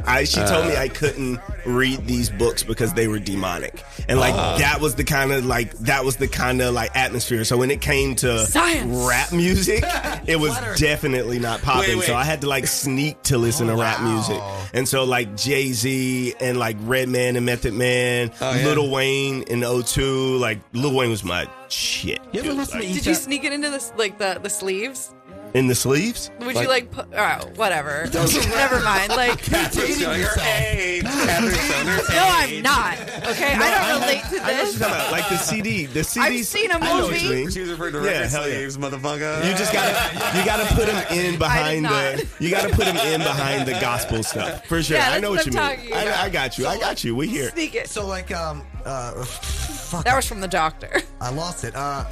[SPEAKER 3] I she told
[SPEAKER 5] Uh.
[SPEAKER 3] me I couldn't read these books because they were demonic. And like
[SPEAKER 5] Ah.
[SPEAKER 3] that was the kind of like that was the kind of like atmosphere. So when it came to
[SPEAKER 4] Science.
[SPEAKER 3] rap music, it was
[SPEAKER 5] Flutter.
[SPEAKER 3] definitely not popping.
[SPEAKER 2] wait.
[SPEAKER 3] So I had to like sneak to listen to rap
[SPEAKER 5] wow.
[SPEAKER 3] music. And so like Jay-Z and like Redman and Method Man,
[SPEAKER 5] Oh,
[SPEAKER 2] yeah.
[SPEAKER 3] Lil Wayne and O2, like Lil Wayne was my shit.
[SPEAKER 5] You ever
[SPEAKER 3] dude.
[SPEAKER 5] listen to E
[SPEAKER 3] Like,
[SPEAKER 4] Did you sneak it into this, like the the sleeves?
[SPEAKER 3] in the sleeves?
[SPEAKER 4] Would you like? Pu- oh, whatever. Never mind. Like, no,
[SPEAKER 2] Catherine's showing her
[SPEAKER 5] yourself.
[SPEAKER 2] age. Catherine's showing her age.
[SPEAKER 4] I'm not. Okay, I
[SPEAKER 3] I
[SPEAKER 4] don't relate to
[SPEAKER 3] know what you're
[SPEAKER 4] this.
[SPEAKER 3] talking about. Like the CD. The CD.
[SPEAKER 4] seen a movie.
[SPEAKER 2] She was referring to record
[SPEAKER 3] Yeah, hell yeah.
[SPEAKER 2] sleeves, motherfucker.
[SPEAKER 3] You just gotta you gotta put them in behind
[SPEAKER 4] not.
[SPEAKER 3] the you gotta put them in behind the gospel stuff for sure.
[SPEAKER 4] Yeah,
[SPEAKER 3] I know what
[SPEAKER 4] that's
[SPEAKER 3] you
[SPEAKER 4] what I'm
[SPEAKER 3] mean.
[SPEAKER 4] talking about.
[SPEAKER 3] I, I got you. I got you. We here.
[SPEAKER 4] Sneak it.
[SPEAKER 5] So, like, um, uh, fuck,
[SPEAKER 4] That was from the doctor.
[SPEAKER 5] I lost it. Uh,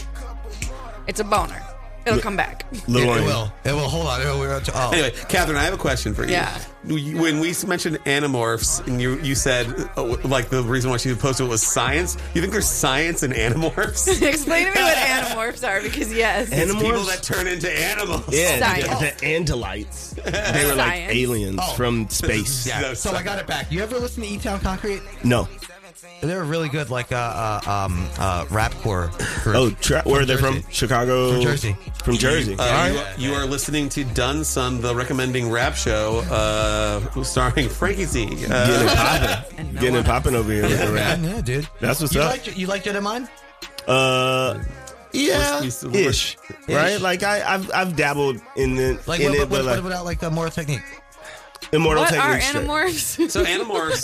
[SPEAKER 4] It's a boner. It'll come back.
[SPEAKER 3] Lil
[SPEAKER 5] it,
[SPEAKER 3] Wayne.
[SPEAKER 5] it will. It will. Hold on. It will, oh.
[SPEAKER 2] Anyway, Catherine, I have a question for you.
[SPEAKER 4] Yeah.
[SPEAKER 2] You- When we mentioned animorphs, and you you said oh, like the reason why she posted it was science. You think there's science in animorphs?
[SPEAKER 4] Explain to me what animorphs are, because yes,
[SPEAKER 3] Anim-
[SPEAKER 2] People
[SPEAKER 3] Animorphs?
[SPEAKER 2] that turn into animals.
[SPEAKER 3] Yeah,
[SPEAKER 4] Science.
[SPEAKER 3] the, the Andalites. They were like
[SPEAKER 4] Science.
[SPEAKER 3] aliens
[SPEAKER 5] Oh.
[SPEAKER 3] from space.
[SPEAKER 5] Yeah. So I got it back. You ever listen to E Town Concrete?
[SPEAKER 3] No.
[SPEAKER 5] They're really good, like uh, uh, um, uh, rapcore group.
[SPEAKER 3] Oh, tra- where are they from?
[SPEAKER 5] Jersey.
[SPEAKER 3] Chicago?
[SPEAKER 5] From Jersey.
[SPEAKER 3] From Jersey.
[SPEAKER 2] Uh, you, you are listening to Dun Sun, the recommending rap show, uh, starring Frankie Z.
[SPEAKER 3] Getting
[SPEAKER 2] Uh,
[SPEAKER 3] it poppin'.
[SPEAKER 4] And no
[SPEAKER 3] Getting
[SPEAKER 4] one
[SPEAKER 3] it poppin' over here with the
[SPEAKER 5] yeah,
[SPEAKER 3] rap.
[SPEAKER 5] yeah, dude.
[SPEAKER 3] That's what's
[SPEAKER 5] you
[SPEAKER 3] up.
[SPEAKER 5] Liked, you liked it in mine?
[SPEAKER 3] Uh, yeah,
[SPEAKER 2] We're- we're- we're-
[SPEAKER 3] ish, right? Like I, I've, I've dabbled in the
[SPEAKER 5] Like,
[SPEAKER 3] in
[SPEAKER 5] what,
[SPEAKER 3] it, but
[SPEAKER 5] what, what,
[SPEAKER 3] like
[SPEAKER 5] about like the moral technique?
[SPEAKER 3] immortal
[SPEAKER 4] What are
[SPEAKER 3] techniques. straight.
[SPEAKER 4] animorphs?
[SPEAKER 2] so Animorphs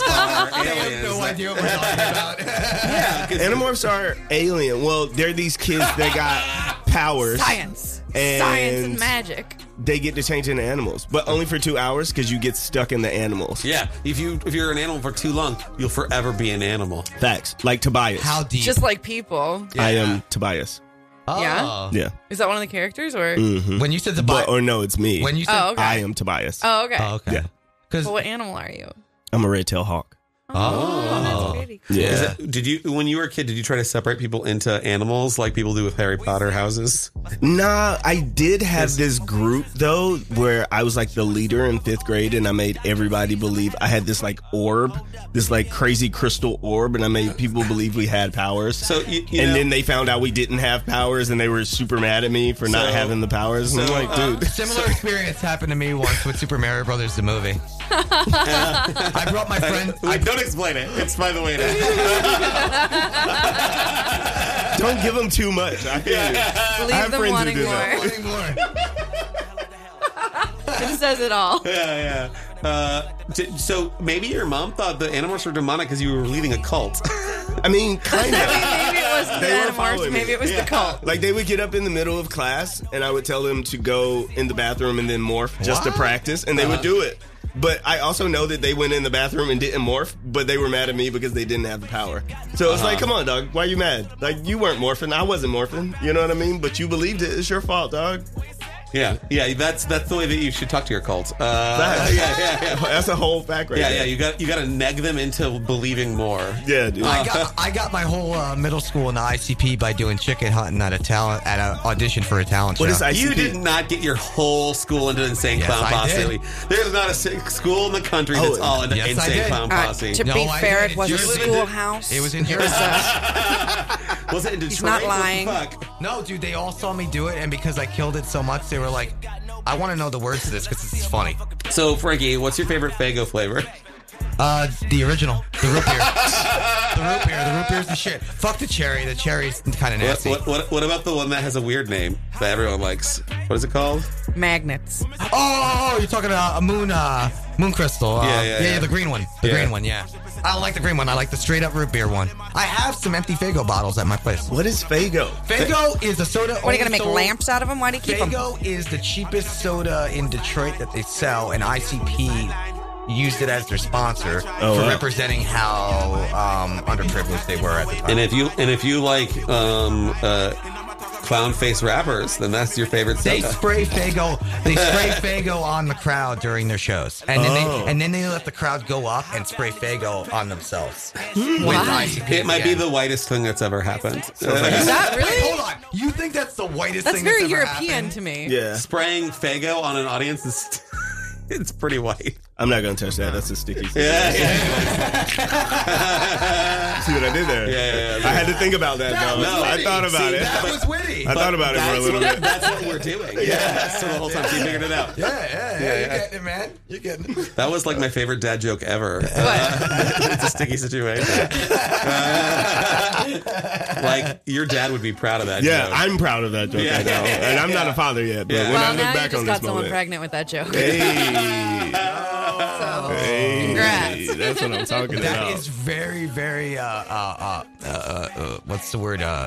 [SPEAKER 2] are aliens.
[SPEAKER 5] idea what we're talking about.
[SPEAKER 2] Yeah, 'cause-
[SPEAKER 3] Animorphs are alien. Well, they're these kids that got powers.
[SPEAKER 4] Science.
[SPEAKER 3] And-
[SPEAKER 4] Science and magic.
[SPEAKER 3] They get to change into animals, but only for two hours because you get stuck in the animals.
[SPEAKER 2] Yeah, if you if you're an animal for too long, you'll forever be an animal.
[SPEAKER 3] Facts. Like Tobias.
[SPEAKER 5] How deep?
[SPEAKER 4] Just like people.
[SPEAKER 3] I am Tobias.
[SPEAKER 5] oh.
[SPEAKER 4] Yeah.
[SPEAKER 3] Yeah.
[SPEAKER 4] Is that one of the characters or?
[SPEAKER 5] When you said the
[SPEAKER 3] Mm-hmm. But
[SPEAKER 5] bi-
[SPEAKER 3] or no, it's me.
[SPEAKER 5] when you said
[SPEAKER 4] Oh, okay.
[SPEAKER 3] I am Tobias.
[SPEAKER 4] Oh, okay.
[SPEAKER 5] Oh, okay.
[SPEAKER 3] Yeah.
[SPEAKER 5] Because
[SPEAKER 4] Well, what animal are you?
[SPEAKER 3] I'm a red tail hawk.
[SPEAKER 4] That's
[SPEAKER 5] oh,
[SPEAKER 4] pretty cool.
[SPEAKER 2] Is
[SPEAKER 3] Yeah.
[SPEAKER 2] that- did you when you were a kid? Did you try to separate people into animals like people do with Harry Potter houses?
[SPEAKER 3] Nah, I did have this group though where I was like the leader in fifth grade and I made everybody believe I had this like orb, this like crazy crystal orb, and I made people believe we had powers.
[SPEAKER 2] So you, you
[SPEAKER 3] and
[SPEAKER 2] know-
[SPEAKER 3] then they found out we didn't have powers and they were super mad at me for not
[SPEAKER 2] So-
[SPEAKER 3] having the powers. And
[SPEAKER 2] so,
[SPEAKER 3] I'm like,
[SPEAKER 2] uh,
[SPEAKER 3] dude.
[SPEAKER 5] Similar experience happened to me once with Super Mario Brothers the movie. I brought my friend.
[SPEAKER 2] Wait, don't explain it. It's by the way. now.
[SPEAKER 3] Don't give them too much. I feel you. I have
[SPEAKER 4] Leave them
[SPEAKER 3] friends who
[SPEAKER 4] wanting
[SPEAKER 3] do
[SPEAKER 4] more.
[SPEAKER 3] that.
[SPEAKER 4] It says it all.
[SPEAKER 2] yeah, yeah. Uh, d- so maybe your mom thought the animals were demonic because you were leading a cult.
[SPEAKER 3] I mean, kind of.
[SPEAKER 4] Maybe it wasn't the
[SPEAKER 3] They were
[SPEAKER 4] animorphs.
[SPEAKER 3] following me.
[SPEAKER 4] Maybe it was the cult.
[SPEAKER 3] Like they would get up in the middle of class, and I would tell them to go in the bathroom and then morph just to
[SPEAKER 5] What?
[SPEAKER 3] practice, and they would do it. But I also know that they went in the bathroom and didn't morph, but they were mad at me because they didn't have the power. So it's like,
[SPEAKER 2] Uh-huh.
[SPEAKER 3] come on, dog, why you mad? Like you weren't morphing, I wasn't morphing. You know what I mean? But you believed it. It's your fault, dog.
[SPEAKER 2] yeah, yeah. That's that's the way that you should talk to your cult. Uh,
[SPEAKER 3] Facts.
[SPEAKER 2] yeah, yeah, yeah.
[SPEAKER 3] That's a whole fact, right?
[SPEAKER 2] Yeah,
[SPEAKER 3] there.
[SPEAKER 2] yeah, you got you got to neg them into believing more.
[SPEAKER 3] yeah, dude.
[SPEAKER 5] I got, I got my whole uh, middle school in the ICP by doing chicken hunting at a talent at an audition for a talent
[SPEAKER 3] What
[SPEAKER 5] show.
[SPEAKER 3] is ICP?
[SPEAKER 2] You did not get your whole school into insane
[SPEAKER 5] Yes,
[SPEAKER 2] clown
[SPEAKER 5] I
[SPEAKER 2] posse.
[SPEAKER 5] did.
[SPEAKER 2] There's not a si- school in the country
[SPEAKER 3] Oh,
[SPEAKER 2] that's all into
[SPEAKER 5] yes, I
[SPEAKER 2] insane
[SPEAKER 5] did.
[SPEAKER 2] clown
[SPEAKER 5] Uh,
[SPEAKER 2] posse.
[SPEAKER 4] to be
[SPEAKER 5] I
[SPEAKER 4] fair,
[SPEAKER 5] did.
[SPEAKER 4] it was a
[SPEAKER 5] Jersey did.
[SPEAKER 4] schoolhouse.
[SPEAKER 5] It was in here.
[SPEAKER 2] Was it in Detroit?
[SPEAKER 4] He's not
[SPEAKER 2] What the
[SPEAKER 4] lying.
[SPEAKER 2] fuck?
[SPEAKER 5] No, dude, they all saw me do it, and because I killed it so much, they were like, "I want to know the words to this because this is funny."
[SPEAKER 2] So, Frankie, what's your favorite Fago flavor?
[SPEAKER 5] Uh, the original, the root beer, the root beer, the root beer's the shit. Fuck the cherry. The cherry's kind of
[SPEAKER 2] What,
[SPEAKER 5] nasty.
[SPEAKER 2] what, what, what about the one that has a weird name that everyone likes? What is it called?
[SPEAKER 4] Magnets.
[SPEAKER 5] Oh, you're talking about a moon, uh, moon crystal. Uh,
[SPEAKER 2] Yeah, yeah, yeah.
[SPEAKER 5] the green one, the
[SPEAKER 2] Yeah.
[SPEAKER 5] green one. Yeah, I don't like the green one. I like the straight up root beer one. I have some empty Fago bottles at my place.
[SPEAKER 3] What is Fago?
[SPEAKER 5] Fago is a soda.
[SPEAKER 4] What are you gonna make
[SPEAKER 5] sold-
[SPEAKER 4] lamps out of them? Why do you keep them?
[SPEAKER 5] Fago is the cheapest soda in Detroit that they sell, and ICP used it as their sponsor
[SPEAKER 3] Oh,
[SPEAKER 5] for
[SPEAKER 3] wow.
[SPEAKER 5] representing how um, underprivileged they were at the time.
[SPEAKER 2] And if you and if you like um, uh, clown face rappers, then that's your favorite
[SPEAKER 5] They
[SPEAKER 2] soda.
[SPEAKER 5] spray Fago. They spray Fago on the crowd during their shows, and then
[SPEAKER 3] Oh.
[SPEAKER 5] they and then they let the crowd go up and spray Fago on themselves. With
[SPEAKER 4] Why?
[SPEAKER 5] ICP
[SPEAKER 2] It might be
[SPEAKER 5] again.
[SPEAKER 2] the whitest thing that's ever happened.
[SPEAKER 4] Is that
[SPEAKER 5] Wait,
[SPEAKER 4] really?
[SPEAKER 5] hold on. You think that's the whitest
[SPEAKER 4] That's
[SPEAKER 5] thing
[SPEAKER 4] very
[SPEAKER 5] that's ever
[SPEAKER 4] European
[SPEAKER 5] happened?
[SPEAKER 4] to me.
[SPEAKER 3] Yeah,
[SPEAKER 2] Spraying Fago on an audience is it's pretty white.
[SPEAKER 3] I'm not gonna touch that. That's a sticky.
[SPEAKER 2] Yeah, yeah,
[SPEAKER 3] See what I did there?
[SPEAKER 2] yeah, yeah.
[SPEAKER 3] I had to think about that, though.
[SPEAKER 2] was
[SPEAKER 3] I
[SPEAKER 2] witty.
[SPEAKER 3] thought about
[SPEAKER 2] See,
[SPEAKER 3] it.
[SPEAKER 5] That was witty.
[SPEAKER 3] I thought about it for a
[SPEAKER 2] That's
[SPEAKER 3] little
[SPEAKER 2] what-
[SPEAKER 3] bit.
[SPEAKER 2] That's what we're doing. Yeah. So the whole time she figured it out.
[SPEAKER 5] yeah, yeah, yeah, You're getting it, man. You're getting it.
[SPEAKER 2] That was like my favorite dad joke ever. Uh,
[SPEAKER 4] But
[SPEAKER 2] it's a sticky situation. Uh, like your dad would be proud of that.
[SPEAKER 3] Yeah,
[SPEAKER 2] joke.
[SPEAKER 3] I'm proud of that joke
[SPEAKER 2] Yeah.
[SPEAKER 3] right now. And I'm not a father yet, but
[SPEAKER 2] Yeah.
[SPEAKER 3] when I
[SPEAKER 4] well,
[SPEAKER 3] look
[SPEAKER 4] now you
[SPEAKER 3] back
[SPEAKER 4] just
[SPEAKER 3] on
[SPEAKER 4] got
[SPEAKER 3] this
[SPEAKER 4] someone
[SPEAKER 3] moment.
[SPEAKER 4] pregnant with that joke.
[SPEAKER 3] Hey,
[SPEAKER 4] So
[SPEAKER 3] hey,
[SPEAKER 4] Congrats.
[SPEAKER 3] that's what I'm talking
[SPEAKER 5] That
[SPEAKER 3] about.
[SPEAKER 5] is very, very. Uh, uh, uh, uh, uh, what's the word? Uh,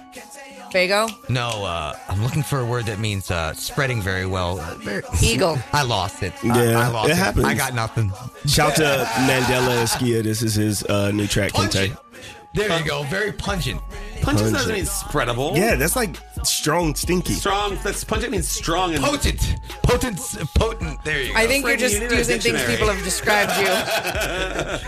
[SPEAKER 4] Fago,
[SPEAKER 5] no, uh, I'm looking for a word that means uh, spreading very well. Uh, very-
[SPEAKER 4] eagle.
[SPEAKER 5] I lost it. I-
[SPEAKER 3] Yeah,
[SPEAKER 5] I, lost
[SPEAKER 3] it
[SPEAKER 5] it.
[SPEAKER 3] happens.
[SPEAKER 5] I got nothing.
[SPEAKER 3] Shout to Mandela Eskia. This is his uh, new track, Kente.
[SPEAKER 5] Pungent. There you go. Very pungent.
[SPEAKER 2] punches doesn't mean spreadable.
[SPEAKER 3] Yeah, that's like strong, stinky.
[SPEAKER 2] Strong. That's punch. It means strong and
[SPEAKER 5] Potent. Potent. Potent. There you go.
[SPEAKER 4] I think you're
[SPEAKER 2] Frankie,
[SPEAKER 4] just
[SPEAKER 2] you need a
[SPEAKER 4] using things
[SPEAKER 2] dictionary.
[SPEAKER 4] people have described you,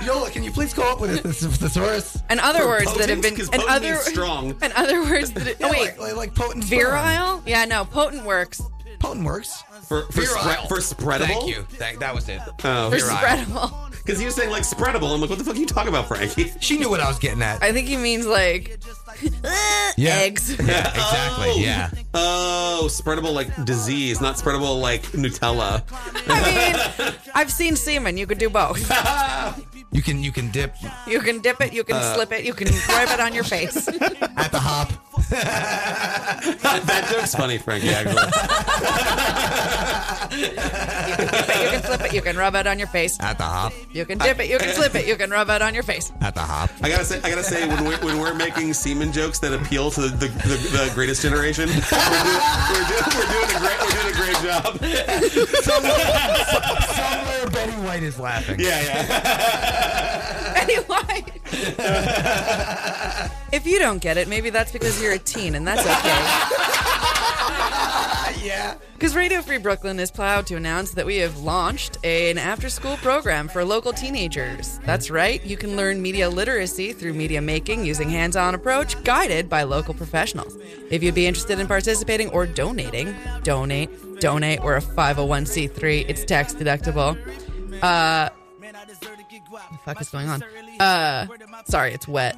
[SPEAKER 5] Yola, can you please go up with a th- thesaurus?
[SPEAKER 4] and other
[SPEAKER 2] For
[SPEAKER 4] words that have
[SPEAKER 2] potent,
[SPEAKER 4] been,
[SPEAKER 2] 'cause
[SPEAKER 4] and
[SPEAKER 2] potent
[SPEAKER 4] other
[SPEAKER 2] means strong.
[SPEAKER 4] and other words that. It,
[SPEAKER 5] Yeah,
[SPEAKER 4] oh wait,
[SPEAKER 5] like, like, like potent.
[SPEAKER 4] virile? Yeah, no, potent works
[SPEAKER 5] Potent works.
[SPEAKER 2] for for,
[SPEAKER 5] Virile.
[SPEAKER 2] spread for spreadable.
[SPEAKER 5] Thank you. Thank, that was it.
[SPEAKER 2] Oh,
[SPEAKER 4] for
[SPEAKER 5] Virile.
[SPEAKER 4] spreadable.
[SPEAKER 2] because he was saying like spreadable. I'm like, what the fuck are you talking about, Frankie?
[SPEAKER 5] She knew what I was getting at.
[SPEAKER 4] I think he means like
[SPEAKER 5] Yeah.
[SPEAKER 4] eggs.
[SPEAKER 5] yeah, exactly.
[SPEAKER 2] Oh.
[SPEAKER 5] Yeah.
[SPEAKER 2] Oh, spreadable like disease, not spreadable like Nutella.
[SPEAKER 4] I mean, I've seen semen. You could do both.
[SPEAKER 5] You can you can dip
[SPEAKER 4] You can dip it. You can slip it. You can wipe it on your face.
[SPEAKER 5] at the hop.
[SPEAKER 2] that joke's funny, Frankie. Actually,
[SPEAKER 4] You can dip it. You can slip it. You can rub it on your face.
[SPEAKER 5] At the hop.
[SPEAKER 4] You can dip it. You can slip it. You can rub it on your face.
[SPEAKER 5] At the hop.
[SPEAKER 2] I gotta say, I gotta say, when we're, when we're making semen jokes that appeal to the, the, the, the greatest generation, we're doing, we're, doing, we're doing a great we're doing a great job.
[SPEAKER 5] Somewhere Betty White is laughing.
[SPEAKER 2] Yeah, yeah.
[SPEAKER 4] Anyway, if you don't get it, maybe that's because you're a teen, and that's okay.
[SPEAKER 5] Yeah.
[SPEAKER 4] Because Radio Free Brooklyn is proud to announce that we have launched an after school program for local teenagers. That's right, you can learn media literacy through media making using hands on approach guided by local professionals. If you'd be interested in participating or donating, donate, donate, we're a 501c3, it's tax deductible. Uh, the fuck is going on? Uh, sorry, it's wet.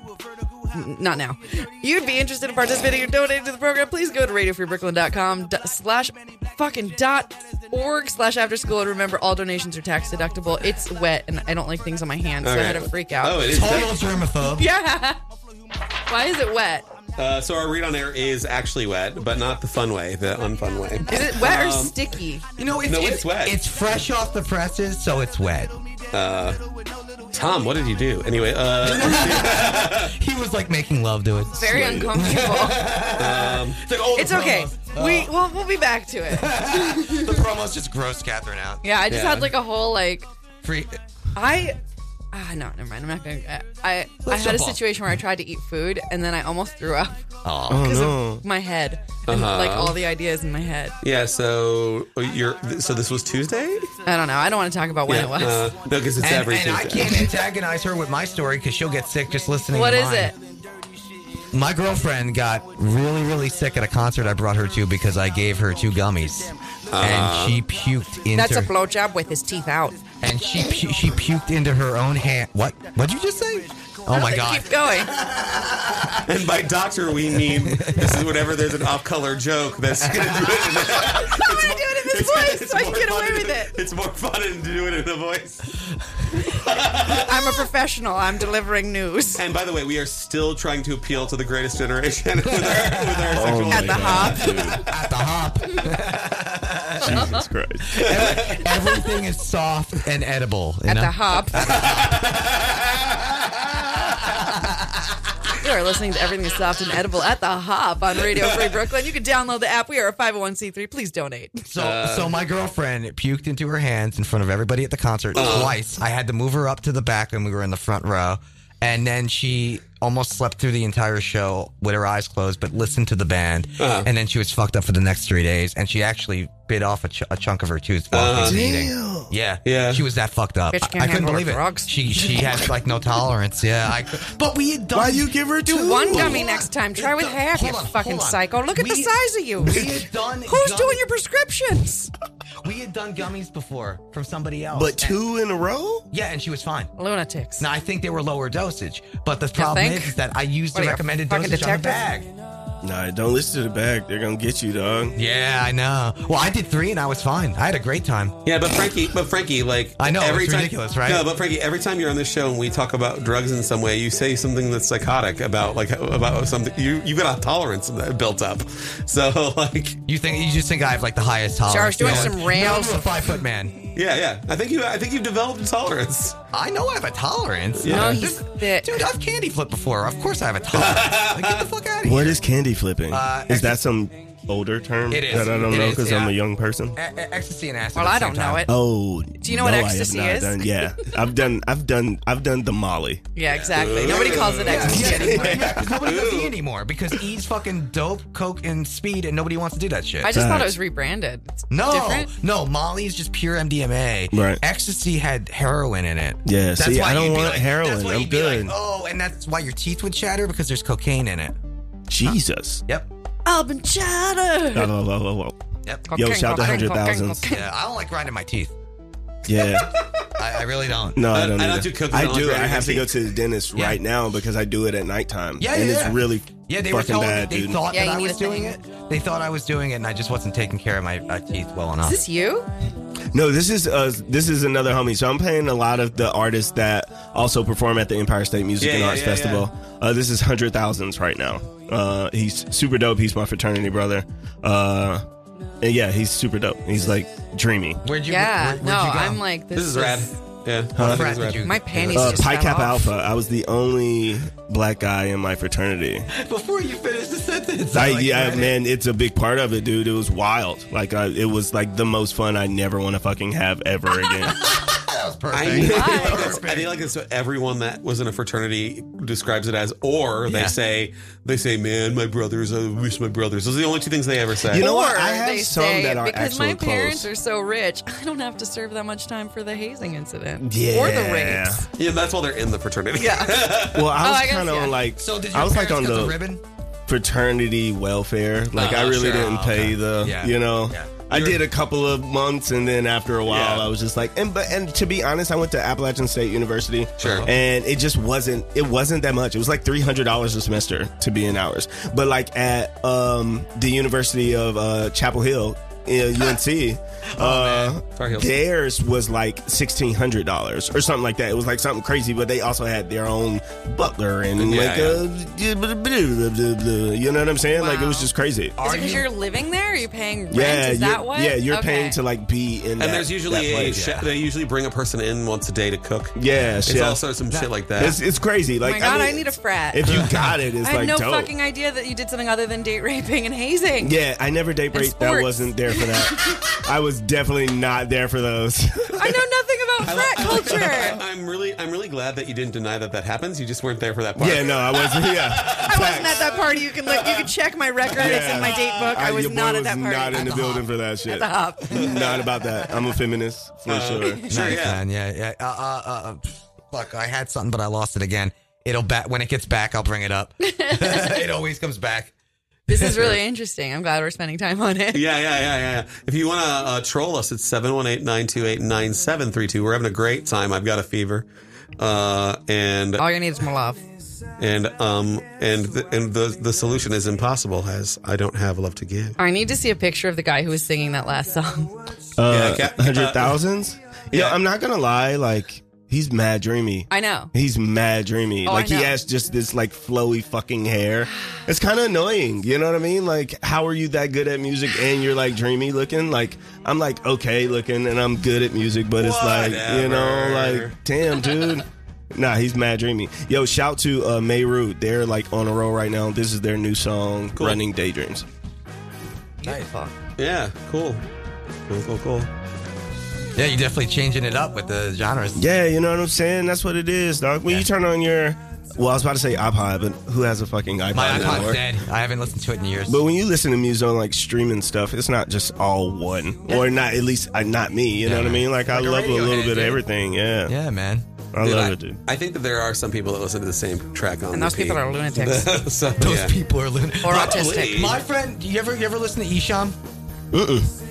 [SPEAKER 4] N- Not now. You'd be interested in participating or donating to the program? Please go to radiofreebrooklyn.com d- slash fucking dot org slash after school. And remember, all donations are tax deductible. It's wet, and I don't like things on my hands, so I had a freak out.
[SPEAKER 2] Oh, it is.
[SPEAKER 5] Total germaphobe.
[SPEAKER 4] yeah. Why is it wet?
[SPEAKER 2] Uh, so our read on air is actually wet, but not the fun way, the unfun way.
[SPEAKER 4] Is it wet or
[SPEAKER 2] Um,
[SPEAKER 4] sticky?
[SPEAKER 5] You know, it's,
[SPEAKER 2] No, it's wet.
[SPEAKER 5] It's fresh off the presses, so it's wet.
[SPEAKER 2] Tom, what did you do? Anyway, uh,
[SPEAKER 5] He was like making love to it.
[SPEAKER 4] Very uncomfortable.
[SPEAKER 5] It's, like, oh, the
[SPEAKER 4] it's okay.
[SPEAKER 5] promos.
[SPEAKER 4] We
[SPEAKER 2] Oh.
[SPEAKER 4] we'll, we'll be back to it.
[SPEAKER 5] The promos just gross Catherine out.
[SPEAKER 4] Yeah, I just
[SPEAKER 2] Yeah.
[SPEAKER 4] had like a whole like
[SPEAKER 5] Free. uh,
[SPEAKER 4] I. Ah, no, never mind. I'm not going to. I, I
[SPEAKER 5] Let's
[SPEAKER 4] had a
[SPEAKER 5] jump off.
[SPEAKER 4] situation where I tried to eat food and then I almost threw up
[SPEAKER 5] Oh. Uh-huh.
[SPEAKER 4] because of my head and like all the ideas in my head.
[SPEAKER 2] yeah. So oh, you're. So this was Tuesday.
[SPEAKER 4] I don't know. I don't want to talk about when
[SPEAKER 2] yeah,
[SPEAKER 4] it was.
[SPEAKER 2] Uh, no, because it's
[SPEAKER 5] And,
[SPEAKER 2] every
[SPEAKER 5] and I
[SPEAKER 2] Tuesday.
[SPEAKER 5] can't antagonize her with my story because she'll get sick just listening.
[SPEAKER 4] what
[SPEAKER 5] to
[SPEAKER 4] is
[SPEAKER 5] mine.
[SPEAKER 4] it?
[SPEAKER 5] My girlfriend got really, really sick at a concert I brought her to because I gave her two gummies,
[SPEAKER 2] Uh.
[SPEAKER 5] and she puked into.
[SPEAKER 4] That's a blowjob with his teeth out.
[SPEAKER 5] and she pu- she puked into her own hand. What? What'd you just say? Oh my god!
[SPEAKER 4] Keep going.
[SPEAKER 2] And by doctor, we mean this is whenever there's an off-color joke that's going to do it. In the,
[SPEAKER 4] I want to do it in this voice so I can
[SPEAKER 2] more
[SPEAKER 4] get
[SPEAKER 2] fun
[SPEAKER 4] away
[SPEAKER 2] to-
[SPEAKER 4] with it.
[SPEAKER 2] It's more fun to do it in the voice.
[SPEAKER 4] I'm a professional. I'm delivering
[SPEAKER 5] Oh,
[SPEAKER 4] news
[SPEAKER 2] And by the way, we are still trying to appeal to the greatest generation with our, with our sexual.
[SPEAKER 4] at the hop.
[SPEAKER 5] At the hop,
[SPEAKER 3] Jesus Christ.
[SPEAKER 5] everything is soft and edible. you
[SPEAKER 4] At
[SPEAKER 5] know?
[SPEAKER 4] the hop. You are listening to Everything is Soft and Edible at the Hop on Radio Free Brooklyn. You can download the app. We are a 501c3. Please donate.
[SPEAKER 5] So, so my girlfriend puked into her hands in front of everybody at the concert twice. I had to move her up to the back when we were in the front row, and then she almost slept through the entire show with her eyes closed, but listened to the band, and then she was fucked up for the next three days. And she actually bit off a, ch- a chunk of her tooth while she was eating. Yeah,
[SPEAKER 2] Yeah.
[SPEAKER 5] She was that fucked up.
[SPEAKER 4] Bitch
[SPEAKER 5] I-
[SPEAKER 4] can't
[SPEAKER 5] I, couldn't
[SPEAKER 4] handle
[SPEAKER 5] believe
[SPEAKER 4] her
[SPEAKER 5] it.
[SPEAKER 4] drugs.
[SPEAKER 5] She she has like no tolerance. Yeah, I, cou- but we had done.
[SPEAKER 7] Why you give her
[SPEAKER 5] Do
[SPEAKER 7] two?
[SPEAKER 4] One gummy next time. Try with
[SPEAKER 5] Hold
[SPEAKER 4] half, you
[SPEAKER 5] on, hold
[SPEAKER 4] fucking
[SPEAKER 5] on.
[SPEAKER 4] psycho. Look at the
[SPEAKER 5] We-
[SPEAKER 4] size of you.
[SPEAKER 5] we had done
[SPEAKER 4] Who's
[SPEAKER 5] gum-
[SPEAKER 4] doing your prescriptions?
[SPEAKER 5] We had done gummies before from somebody else,
[SPEAKER 3] But two in a row?
[SPEAKER 5] yeah, and she was fine.
[SPEAKER 4] Lunatics.
[SPEAKER 5] Now I think they were lower dosage, but the problem
[SPEAKER 4] think?
[SPEAKER 5] is, is that I used
[SPEAKER 4] What
[SPEAKER 5] the
[SPEAKER 4] are you, a
[SPEAKER 5] recommended
[SPEAKER 4] fucking
[SPEAKER 5] dosage on the bag.
[SPEAKER 4] detective?
[SPEAKER 3] Nah, don't listen to the bag. They're gonna get you, dog.
[SPEAKER 5] Yeah, I know. Well, I did three and I was fine. I had a great time.
[SPEAKER 2] Yeah, but Frankie, but Frankie, like
[SPEAKER 5] I know,
[SPEAKER 2] every
[SPEAKER 5] it's
[SPEAKER 2] time,
[SPEAKER 5] ridiculous, right?
[SPEAKER 2] No, but Frankie, every time you're on this show and we talk about drugs in some way, you say something that's psychotic about like about something. You you've got a tolerance built up, so like
[SPEAKER 5] You think you just think I have like the highest
[SPEAKER 4] Jar's
[SPEAKER 5] tolerance?
[SPEAKER 4] doing
[SPEAKER 5] No,
[SPEAKER 4] some
[SPEAKER 5] no,
[SPEAKER 4] rails.
[SPEAKER 5] I'm a five foot man.
[SPEAKER 2] yeah, yeah. I think you I think you've developed a tolerance.
[SPEAKER 5] I know I have a tolerance.
[SPEAKER 4] No,
[SPEAKER 5] Uh,
[SPEAKER 4] he's
[SPEAKER 5] dude-
[SPEAKER 4] thick.
[SPEAKER 5] Dude, I've candy flipped before. Of course I have a tolerance. like, get the fuck out of here.
[SPEAKER 3] What is candy flipping?
[SPEAKER 5] Uh,
[SPEAKER 3] is that some older term
[SPEAKER 5] It is.
[SPEAKER 3] that I don't
[SPEAKER 5] It
[SPEAKER 3] know
[SPEAKER 5] is,
[SPEAKER 3] because I'm
[SPEAKER 5] yeah.
[SPEAKER 3] a young person?
[SPEAKER 5] E- e- ecstasy and acid.
[SPEAKER 4] Well,
[SPEAKER 5] at the
[SPEAKER 4] I
[SPEAKER 5] same
[SPEAKER 4] don't know
[SPEAKER 5] time.
[SPEAKER 4] it.
[SPEAKER 3] Oh,
[SPEAKER 4] Do you know what
[SPEAKER 3] no, I have
[SPEAKER 4] ecstasy
[SPEAKER 3] not
[SPEAKER 4] is?
[SPEAKER 3] Done, yeah, I've done, I've done, I've done the Molly.
[SPEAKER 4] Yeah, exactly. Nobody calls it ecstasy anymore.
[SPEAKER 5] Yeah, 'cause nobody does E anymore because E's fucking dope, coke, and speed, and nobody wants to do that shit.
[SPEAKER 4] I just thought it was rebranded. It's
[SPEAKER 5] No,
[SPEAKER 4] different.
[SPEAKER 5] no, Molly's just pure MDMA.
[SPEAKER 3] Right.
[SPEAKER 5] Ecstasy had heroin in it.
[SPEAKER 3] Yeah, see, I don't
[SPEAKER 5] you'd be
[SPEAKER 3] want heroin.
[SPEAKER 5] that's why
[SPEAKER 3] I'm
[SPEAKER 5] you'd be like,
[SPEAKER 3] good.
[SPEAKER 5] oh, and that's why your teeth would chatter because there's cocaine in it.
[SPEAKER 3] Jesus. Oh,
[SPEAKER 5] Yep.
[SPEAKER 4] Alban Chatter.
[SPEAKER 3] La, la, la, la, la.
[SPEAKER 5] Yep.
[SPEAKER 3] Yo, shout out to
[SPEAKER 4] Cocaine, cocaine,
[SPEAKER 3] 100,000s.
[SPEAKER 4] cocaine.
[SPEAKER 5] Yeah, I don't like grinding my teeth.
[SPEAKER 3] Yeah,
[SPEAKER 5] I I, I really don't.
[SPEAKER 3] No,
[SPEAKER 2] I-
[SPEAKER 3] I don't.
[SPEAKER 2] I don't
[SPEAKER 3] either.
[SPEAKER 2] do coconut
[SPEAKER 3] I
[SPEAKER 2] on
[SPEAKER 3] do.
[SPEAKER 2] Granny
[SPEAKER 3] I have to
[SPEAKER 2] Tea.
[SPEAKER 3] go to the dentist
[SPEAKER 5] Yeah.
[SPEAKER 3] right now because I do it at nighttime.
[SPEAKER 5] Yeah,
[SPEAKER 3] and
[SPEAKER 5] yeah, yeah.
[SPEAKER 3] it's really
[SPEAKER 5] Yeah, they were
[SPEAKER 3] fucking
[SPEAKER 5] telling
[SPEAKER 3] bad,
[SPEAKER 5] me they
[SPEAKER 3] dude.
[SPEAKER 5] thought
[SPEAKER 4] Yeah, you
[SPEAKER 5] that I
[SPEAKER 4] need
[SPEAKER 5] was
[SPEAKER 4] a
[SPEAKER 5] doing
[SPEAKER 4] thing.
[SPEAKER 5] it. They thought I was doing it, and I just wasn't taking care of my uh, teeth well enough.
[SPEAKER 4] Is this you?
[SPEAKER 3] No, this is uh, this is another homie. So I'm playing a lot of the artists that also perform at the Empire State Music
[SPEAKER 2] Yeah,
[SPEAKER 3] and
[SPEAKER 2] yeah,
[SPEAKER 3] Arts
[SPEAKER 2] yeah,
[SPEAKER 3] Festival. Uh, this is hundred thousands right now. Uh, he's super dope. He's my fraternity brother. Uh, and yeah, he's super dope. He's like dreamy.
[SPEAKER 5] Where'd you?
[SPEAKER 4] yeah.
[SPEAKER 5] where- where'd
[SPEAKER 4] no,
[SPEAKER 5] you go?
[SPEAKER 4] I'm like this,
[SPEAKER 2] This is rad. Yeah.
[SPEAKER 5] What
[SPEAKER 2] This
[SPEAKER 5] frat
[SPEAKER 2] is rad.
[SPEAKER 5] did you?
[SPEAKER 4] My panties
[SPEAKER 3] Uh,
[SPEAKER 4] just
[SPEAKER 3] Pi
[SPEAKER 4] fell
[SPEAKER 3] Kappa
[SPEAKER 4] off.
[SPEAKER 3] Alpha. I was the only black guy in my fraternity.
[SPEAKER 5] Before you finish the sentence,
[SPEAKER 3] I,
[SPEAKER 5] I'm like,
[SPEAKER 3] yeah,
[SPEAKER 5] ready.
[SPEAKER 3] man, it's a big part of it, dude. It was wild. Like, I, it was like the most fun I never want to fucking have ever again.
[SPEAKER 5] that was perfect.
[SPEAKER 2] I, feel
[SPEAKER 4] Why?
[SPEAKER 2] like that's, I feel like that's what everyone that was in a fraternity describes it as, or they
[SPEAKER 5] Yeah.
[SPEAKER 2] say, they say, man, my brothers, I wish my brothers. Those are the only two things they ever say.
[SPEAKER 3] You know what?
[SPEAKER 4] Or
[SPEAKER 3] I have
[SPEAKER 4] they
[SPEAKER 3] some
[SPEAKER 4] say,
[SPEAKER 3] that are
[SPEAKER 4] because my
[SPEAKER 3] actually
[SPEAKER 4] parents
[SPEAKER 3] close.
[SPEAKER 4] are so rich, I don't have to serve that much time for the hazing incident
[SPEAKER 3] Yeah.
[SPEAKER 4] or the rapes.
[SPEAKER 2] yeah, that's why they're in the fraternity.
[SPEAKER 4] Yeah,
[SPEAKER 3] well, I
[SPEAKER 4] Oh,
[SPEAKER 3] was
[SPEAKER 4] I guess,
[SPEAKER 3] kind of
[SPEAKER 4] yeah.
[SPEAKER 3] on like,
[SPEAKER 5] So did your
[SPEAKER 3] I was like on
[SPEAKER 5] parents cut
[SPEAKER 3] the,
[SPEAKER 5] the ribbon?
[SPEAKER 3] fraternity welfare. Like,
[SPEAKER 5] Oh,
[SPEAKER 3] I really
[SPEAKER 5] sure.
[SPEAKER 3] didn't
[SPEAKER 5] Oh,
[SPEAKER 3] pay
[SPEAKER 5] okay.
[SPEAKER 3] the,
[SPEAKER 5] Yeah.
[SPEAKER 3] you know.
[SPEAKER 5] Yeah.
[SPEAKER 3] I
[SPEAKER 2] You're-
[SPEAKER 3] did a couple of months, and then after a while,
[SPEAKER 2] Yeah.
[SPEAKER 3] I was just like, and but and to be honest, I went to Appalachian State University,
[SPEAKER 2] Sure.
[SPEAKER 3] and it just wasn't it wasn't that much. It was like three hundred dollars a semester to be in hours, but like at um, the University of uh, Chapel Hill, uh, UNC.
[SPEAKER 5] Oh,
[SPEAKER 3] Uh,
[SPEAKER 2] Tar Heels.
[SPEAKER 3] theirs was like sixteen hundred dollars or something like that. It was like something crazy, but they also had their own butler and
[SPEAKER 2] Yeah,
[SPEAKER 3] like
[SPEAKER 2] yeah.
[SPEAKER 3] uh, you know what I'm saying? Like it was
[SPEAKER 4] Wow.
[SPEAKER 3] just crazy.
[SPEAKER 4] is it because you're living there? Are you paying rent?
[SPEAKER 3] Yeah,
[SPEAKER 4] is that
[SPEAKER 3] you're-
[SPEAKER 4] why?
[SPEAKER 3] yeah, you're
[SPEAKER 4] Okay.
[SPEAKER 3] paying to like be in. that,
[SPEAKER 2] And there's usually
[SPEAKER 3] that
[SPEAKER 2] a
[SPEAKER 3] place.
[SPEAKER 2] chef, they usually bring a person in once a day to cook.
[SPEAKER 3] yeah,
[SPEAKER 2] It's
[SPEAKER 3] chef.
[SPEAKER 2] also some shit like that.
[SPEAKER 3] it's, it's crazy.
[SPEAKER 4] Oh
[SPEAKER 3] Like
[SPEAKER 4] my god, I,
[SPEAKER 3] mean,
[SPEAKER 4] need a frat.
[SPEAKER 3] If you got it, it's
[SPEAKER 4] I
[SPEAKER 3] like
[SPEAKER 4] had no
[SPEAKER 3] dope.
[SPEAKER 4] fucking idea that you did something other than date raping and hazing.
[SPEAKER 3] yeah, I never date rape. That
[SPEAKER 4] sports.
[SPEAKER 3] wasn't there for that. I was definitely not there for those.
[SPEAKER 4] I know nothing about frat culture.
[SPEAKER 2] I'm really, I'm really glad that you didn't deny that that happens. You just weren't there for that part.
[SPEAKER 3] yeah, no, I wasn't. Yeah,
[SPEAKER 4] I wasn't at that party. You can look, you can check my record. It's in my date book. I, was
[SPEAKER 3] Ah, your boy
[SPEAKER 4] not at that
[SPEAKER 3] was
[SPEAKER 4] party.
[SPEAKER 3] Not in the building for that shit.
[SPEAKER 4] Hop.
[SPEAKER 3] Not about that. I'm a feminist for
[SPEAKER 4] Uh,
[SPEAKER 3] sure.
[SPEAKER 2] Sure,
[SPEAKER 5] nice,
[SPEAKER 2] yeah.
[SPEAKER 5] man. Yeah, yeah. Uh, uh, uh, uh, pff, fuck, I had something, but I lost it again. It'll back when it gets back. I'll bring it up. it always comes back.
[SPEAKER 4] This is really interesting. I'm glad we're spending time on it.
[SPEAKER 2] Yeah, yeah, yeah, yeah. yeah. If you want to uh, troll us, it's 718 928 9732. We're having a great time. I've got a fever. Uh, and
[SPEAKER 4] All you need is my love.
[SPEAKER 2] and um and the, and the the solution is impossible as I don't have love to give.
[SPEAKER 4] I need to see a picture of the guy who was singing that last song.
[SPEAKER 3] Uh,
[SPEAKER 2] Yeah, ca-
[SPEAKER 3] hundred thousands.
[SPEAKER 2] yeah.
[SPEAKER 3] Yeah, I'm not gonna lie. Like he's mad dreamy.
[SPEAKER 4] I know.
[SPEAKER 3] He's mad dreamy.
[SPEAKER 4] Oh, I
[SPEAKER 3] like he
[SPEAKER 4] know.
[SPEAKER 3] has just this like flowy fucking hair. It's kind of annoying. You know what I mean? Like how are you that good at music and you're like dreamy looking? Like I'm like okay looking and I'm good at music, but it's like you know
[SPEAKER 2] Whatever.
[SPEAKER 3] like damn dude. Nah, he's mad dreamy. Yo, shout to uh, Mayroot. They're like on a roll right now. This is their new song, "Running Daydreams."
[SPEAKER 4] Beautiful.
[SPEAKER 2] Yeah, cool. Cool, cool, cool.
[SPEAKER 5] Yeah, you're definitely changing it up with the genres.
[SPEAKER 3] Yeah, you know what I'm saying? That's what it is, dog. When you turn on your well, I was about to say iPod, but who has a fucking iPod?
[SPEAKER 5] My
[SPEAKER 3] anymore?
[SPEAKER 5] iPod's dead. I haven't listened to it in years.
[SPEAKER 3] But when you listen to music on like streaming stuff, it's not just all one, or not at least uh, not me. You know what I mean? Like, I
[SPEAKER 5] a
[SPEAKER 3] love a
[SPEAKER 5] radio
[SPEAKER 3] little
[SPEAKER 5] head,
[SPEAKER 3] bit of
[SPEAKER 5] dude.
[SPEAKER 3] everything. Yeah,
[SPEAKER 5] Yeah, man.
[SPEAKER 3] I
[SPEAKER 2] Dude,
[SPEAKER 3] love
[SPEAKER 2] I,
[SPEAKER 3] it, dude.
[SPEAKER 2] I think that there are some people that listen to the same track on
[SPEAKER 4] And those
[SPEAKER 2] repeat.
[SPEAKER 4] people are lunatics
[SPEAKER 2] so,
[SPEAKER 5] Those
[SPEAKER 2] yeah.
[SPEAKER 5] people are lunatic.
[SPEAKER 4] or
[SPEAKER 2] Probably.
[SPEAKER 4] autistic.
[SPEAKER 5] My friend, you ever you ever listen to Isham?
[SPEAKER 3] Mm-mm.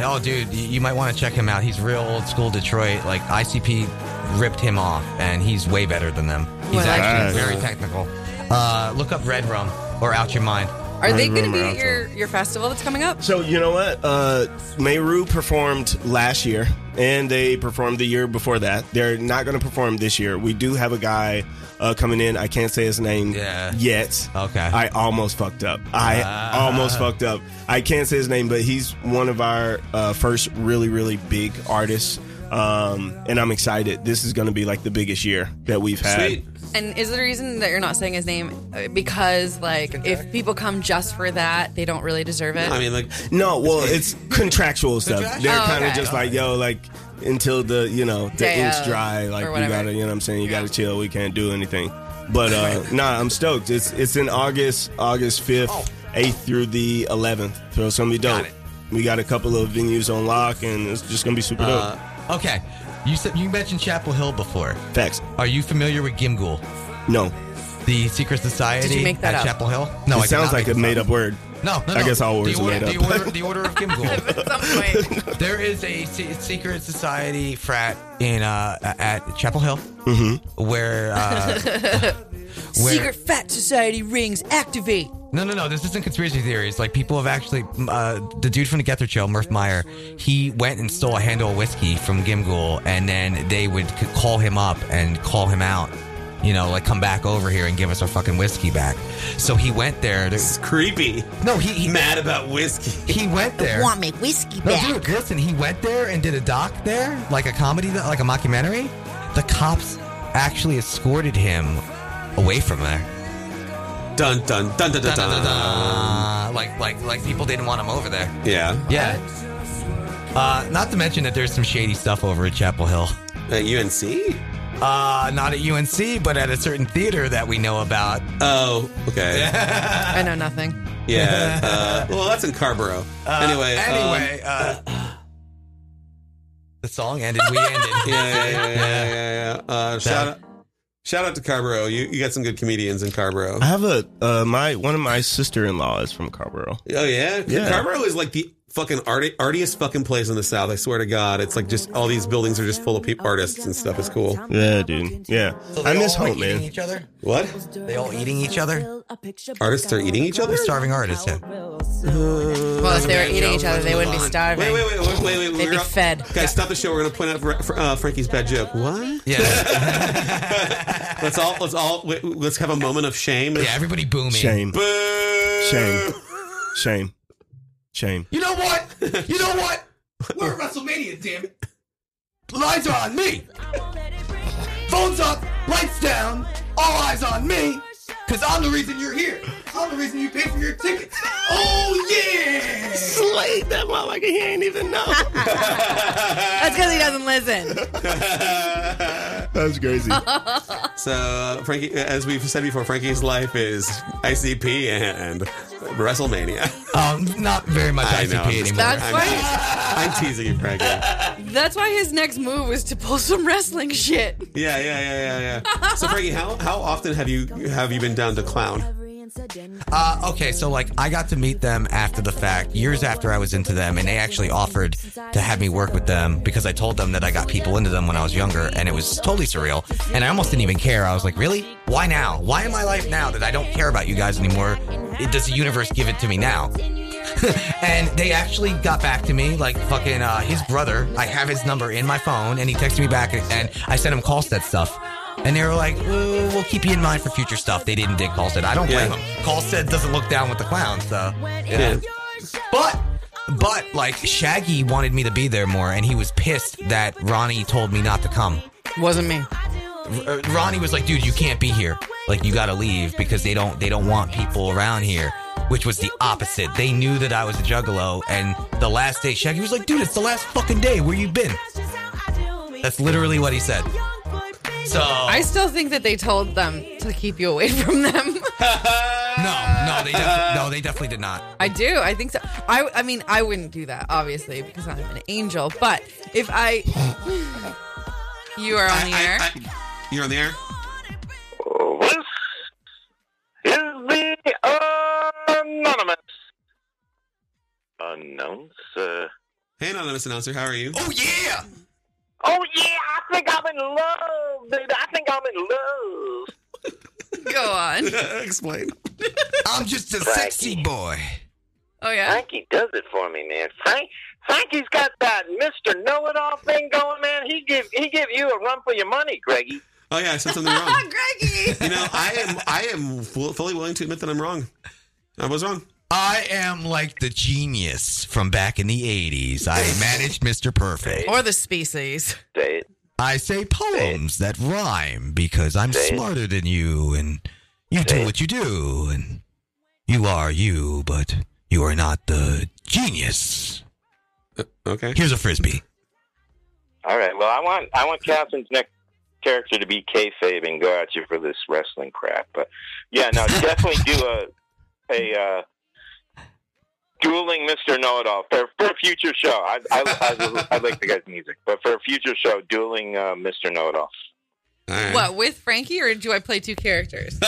[SPEAKER 5] Oh, dude, you, you might want to check him out. He's real old school Detroit. Like ICP ripped him off, and he's way better than them. He's
[SPEAKER 4] Well,
[SPEAKER 5] actually
[SPEAKER 3] that's-
[SPEAKER 5] very technical. Uh, look up Red Rum or Out Your Mind.
[SPEAKER 4] Are they going to be at
[SPEAKER 3] Remember,
[SPEAKER 4] your, your festival that's coming up?
[SPEAKER 3] So you know what? Uh, Meru performed last year, and they performed the year before that. They're not going to perform this year. We do have a guy uh, coming in. I can't say his name
[SPEAKER 5] Yeah.
[SPEAKER 3] yet.
[SPEAKER 5] Okay.
[SPEAKER 3] I almost fucked up. I
[SPEAKER 5] Ah.
[SPEAKER 3] almost fucked up. I can't say his name, but he's one of our uh, first really really big artists. Um, and I'm excited. This is going to be like the biggest year that we've had.
[SPEAKER 2] Sweet.
[SPEAKER 4] And is there a reason that you're not saying his name? Uh, Because, like, if people come just for that, they don't really deserve it.
[SPEAKER 2] I mean, like,
[SPEAKER 3] No, well, it's contractual stuff.
[SPEAKER 5] Contractual?
[SPEAKER 3] They're
[SPEAKER 4] Oh,
[SPEAKER 3] kind of
[SPEAKER 4] okay.
[SPEAKER 3] just like, yo, like until the you know the
[SPEAKER 4] Day
[SPEAKER 3] ink's
[SPEAKER 4] of,
[SPEAKER 3] dry, like
[SPEAKER 4] or
[SPEAKER 3] you
[SPEAKER 4] whatever.
[SPEAKER 3] gotta, you know, what I'm saying, you
[SPEAKER 4] Yeah.
[SPEAKER 3] gotta chill. We can't do anything. But uh nah, I'm stoked. It's it's in August, August fifth, eighth through the eleventh. So it's gonna be dope.
[SPEAKER 5] Got it.
[SPEAKER 3] we got a couple of venues on lock, and it's just gonna be super dope.
[SPEAKER 5] Okay, you said you mentioned Chapel Hill before.
[SPEAKER 3] Facts.
[SPEAKER 5] Are you familiar with Gimgul,
[SPEAKER 3] No,
[SPEAKER 5] the secret society
[SPEAKER 4] make that
[SPEAKER 5] at
[SPEAKER 4] up?
[SPEAKER 5] Chapel Hill? No, I
[SPEAKER 3] it
[SPEAKER 5] did
[SPEAKER 3] sounds
[SPEAKER 5] not
[SPEAKER 3] like
[SPEAKER 5] make
[SPEAKER 3] a
[SPEAKER 5] this
[SPEAKER 3] made up word.
[SPEAKER 5] No, no,
[SPEAKER 3] I
[SPEAKER 5] no.
[SPEAKER 3] guess all
[SPEAKER 5] the
[SPEAKER 3] words are
[SPEAKER 5] order,
[SPEAKER 3] made
[SPEAKER 5] the
[SPEAKER 3] up.
[SPEAKER 5] order, the order of Gimgul.
[SPEAKER 4] At some point.
[SPEAKER 5] there is a se- secret society frat in uh, at Chapel Hill where uh, where-
[SPEAKER 4] Secret Fat Society rings activate.
[SPEAKER 5] No, no, no. This isn't conspiracy theories. Like people have actually, uh, the dude from the Gether Show, Murph Meyer, he went and stole a handle of whiskey from Gimgul, and then they would c- call him up and call him out. You know, like come back over here and give us our fucking whiskey back. So he went there. To,
[SPEAKER 2] It's creepy.
[SPEAKER 5] no, he he,
[SPEAKER 2] Mad about whiskey.
[SPEAKER 5] he went there.
[SPEAKER 8] Want my whiskey
[SPEAKER 5] No,
[SPEAKER 8] back?
[SPEAKER 5] dude, listen. He went there and did a doc there, like a comedy, doc- like a mockumentary. The cops actually escorted him away from there.
[SPEAKER 2] Dun dun dun dun dun dun. dun,
[SPEAKER 5] Uh, like like like people didn't want him over there.
[SPEAKER 2] Yeah,
[SPEAKER 5] Yeah. Uh, not to mention that there's some shady stuff over at Chapel Hill.
[SPEAKER 2] at UNC.
[SPEAKER 5] Uh, not at UNC, but at a certain theater that we know about.
[SPEAKER 2] Oh, okay. Yeah.
[SPEAKER 4] I know nothing.
[SPEAKER 2] Uh, well, that's in Carborough.
[SPEAKER 5] Uh,
[SPEAKER 2] anyway. um,
[SPEAKER 5] anyway, uh, the song ended. We ended.
[SPEAKER 2] yeah, yeah, yeah, yeah, yeah, yeah. Uh, shout out, shout out to Carborough. You you got some good comedians in Carborough.
[SPEAKER 3] I have a uh, my one of my sister in law is from Carborough.
[SPEAKER 2] Oh yeah,
[SPEAKER 3] Yeah.
[SPEAKER 2] Carborough is like the fucking arty, artiest fucking place in the South. I swear to God, it's like just all these buildings are just full of people, artists and stuff. It's cool.
[SPEAKER 3] Yeah, dude. Yeah,
[SPEAKER 5] So
[SPEAKER 3] I
[SPEAKER 5] they
[SPEAKER 3] miss
[SPEAKER 5] all, like,
[SPEAKER 3] home,
[SPEAKER 5] eating
[SPEAKER 3] man.
[SPEAKER 5] Each other.
[SPEAKER 2] What?
[SPEAKER 5] They all eating each other.
[SPEAKER 2] Artists are eating each other.
[SPEAKER 5] They're starving artists. Yeah.
[SPEAKER 4] Well, if they were eating each other, they wouldn't be
[SPEAKER 2] Wait,
[SPEAKER 4] starving.
[SPEAKER 2] wait, wait, wait, wait, wait.
[SPEAKER 4] They'd
[SPEAKER 2] we're
[SPEAKER 4] be
[SPEAKER 2] up-
[SPEAKER 4] fed.
[SPEAKER 2] Guys, stop the show. We're gonna point out Fra- Fra- uh, Frankie's bad joke. What?
[SPEAKER 5] Yeah.
[SPEAKER 2] Let's all let's all wait, let's have a moment of shame.
[SPEAKER 5] yeah. Everybody booming.
[SPEAKER 3] Shame,
[SPEAKER 2] Boo!
[SPEAKER 3] shame, shame, shame.
[SPEAKER 5] You know what? You know what? We're at WrestleMania, damn it. Lights are on me. Phones up, lights down, all eyes on me. Cause I'm the reason you're here. I'm the reason you pay for your tickets. Oh yeah!
[SPEAKER 3] Slayed that motherfucker. He ain't even know.
[SPEAKER 4] That's because he doesn't listen.
[SPEAKER 3] That's crazy.
[SPEAKER 2] So, Frankie, as we've said before, Frankie's life is ICP and WrestleMania.
[SPEAKER 5] Um, not very much
[SPEAKER 2] I know, I'm
[SPEAKER 5] ICP
[SPEAKER 2] just-
[SPEAKER 5] anymore.
[SPEAKER 4] That's
[SPEAKER 2] I'm
[SPEAKER 4] why.
[SPEAKER 2] I'm teasing you, Frankie. Yeah,
[SPEAKER 4] That's why his next move was to pull some wrestling shit.
[SPEAKER 2] yeah, yeah, yeah, yeah. So, Frankie, how how often have you have you been down to clown?
[SPEAKER 5] Uh, okay, so like I got to meet them after the fact, years after I was into them, and they actually offered to have me work with them because I told them that I got people into them when I was younger, and it was totally surreal. And I almost didn't even care. I was like, really? Why now? Why in my life now that I don't care about you guys anymore? It, does the universe give it to me now? and they actually got back to me, like fucking uh, his brother. I have his number in my phone, and he texted me back, and I sent him Callstead stuff. And they were like, "Ooh, "We'll keep you in mind for future stuff." They didn't dig Callstead. I don't blame
[SPEAKER 2] Yeah.
[SPEAKER 5] them. Callstead doesn't look down with the clowns, so.
[SPEAKER 2] Yeah.
[SPEAKER 5] But, but like Shaggy wanted me to be there more, and he was pissed that Ronnie told me not to come.
[SPEAKER 4] Wasn't me.
[SPEAKER 5] R- uh, Ronnie was like, "Dude, you can't be here. Like, you gotta leave because they don't they don't want people around here." Which was the opposite. They knew that I was a juggalo, and the last day, Shaggy was like, "Dude, it's the last fucking day. Where you been?" That's literally what he said. So
[SPEAKER 4] I still think that they told them to keep you away from them.
[SPEAKER 5] no, no, they def- no, they definitely did not.
[SPEAKER 4] I do. I think so. I, I mean, I wouldn't do that, obviously, because I'm an angel. But if I. You are on the air.
[SPEAKER 2] I- I- you're on the air.
[SPEAKER 9] This is the anonymous announcer.
[SPEAKER 2] Hey, anonymous announcer, how are you?
[SPEAKER 5] Oh yeah.
[SPEAKER 9] Oh yeah, I think I'm in love, baby. I think I'm in love.
[SPEAKER 4] Go on.
[SPEAKER 2] Explain.
[SPEAKER 5] I'm just a
[SPEAKER 9] Frankie.
[SPEAKER 5] sexy boy.
[SPEAKER 4] Oh, yeah?
[SPEAKER 9] Frankie does it for me, man. Frank, Frankie's got that Mister Know It All thing going, man. He give he give you a run for your money, Greggy.
[SPEAKER 2] Oh yeah, I said something wrong.
[SPEAKER 4] Greggy!
[SPEAKER 2] You know, I am I am fu- fully willing to admit that I'm wrong. I was wrong.
[SPEAKER 5] I am like the genius from back in the 80s. I managed Mr. Perfect.
[SPEAKER 4] Or the species.
[SPEAKER 9] Say it.
[SPEAKER 5] I say poems that rhyme because I'm
[SPEAKER 9] Say it.
[SPEAKER 5] smarter than you and you
[SPEAKER 9] Say
[SPEAKER 5] do
[SPEAKER 9] it.
[SPEAKER 5] what you do and you are you, but you are not the genius.
[SPEAKER 2] Uh, Okay.
[SPEAKER 5] Here's a frisbee.
[SPEAKER 9] All right. Well, I want I want Catherine's next character to be kayfabe and go at you for this wrestling crap. But yeah, no, definitely do a a uh, dueling Mister Know It All for for a future show. I I, I, I like the guy's music, but for a future show, dueling uh, Mister Know It All.
[SPEAKER 2] All right.
[SPEAKER 4] What, with Frankie, or do I play two characters?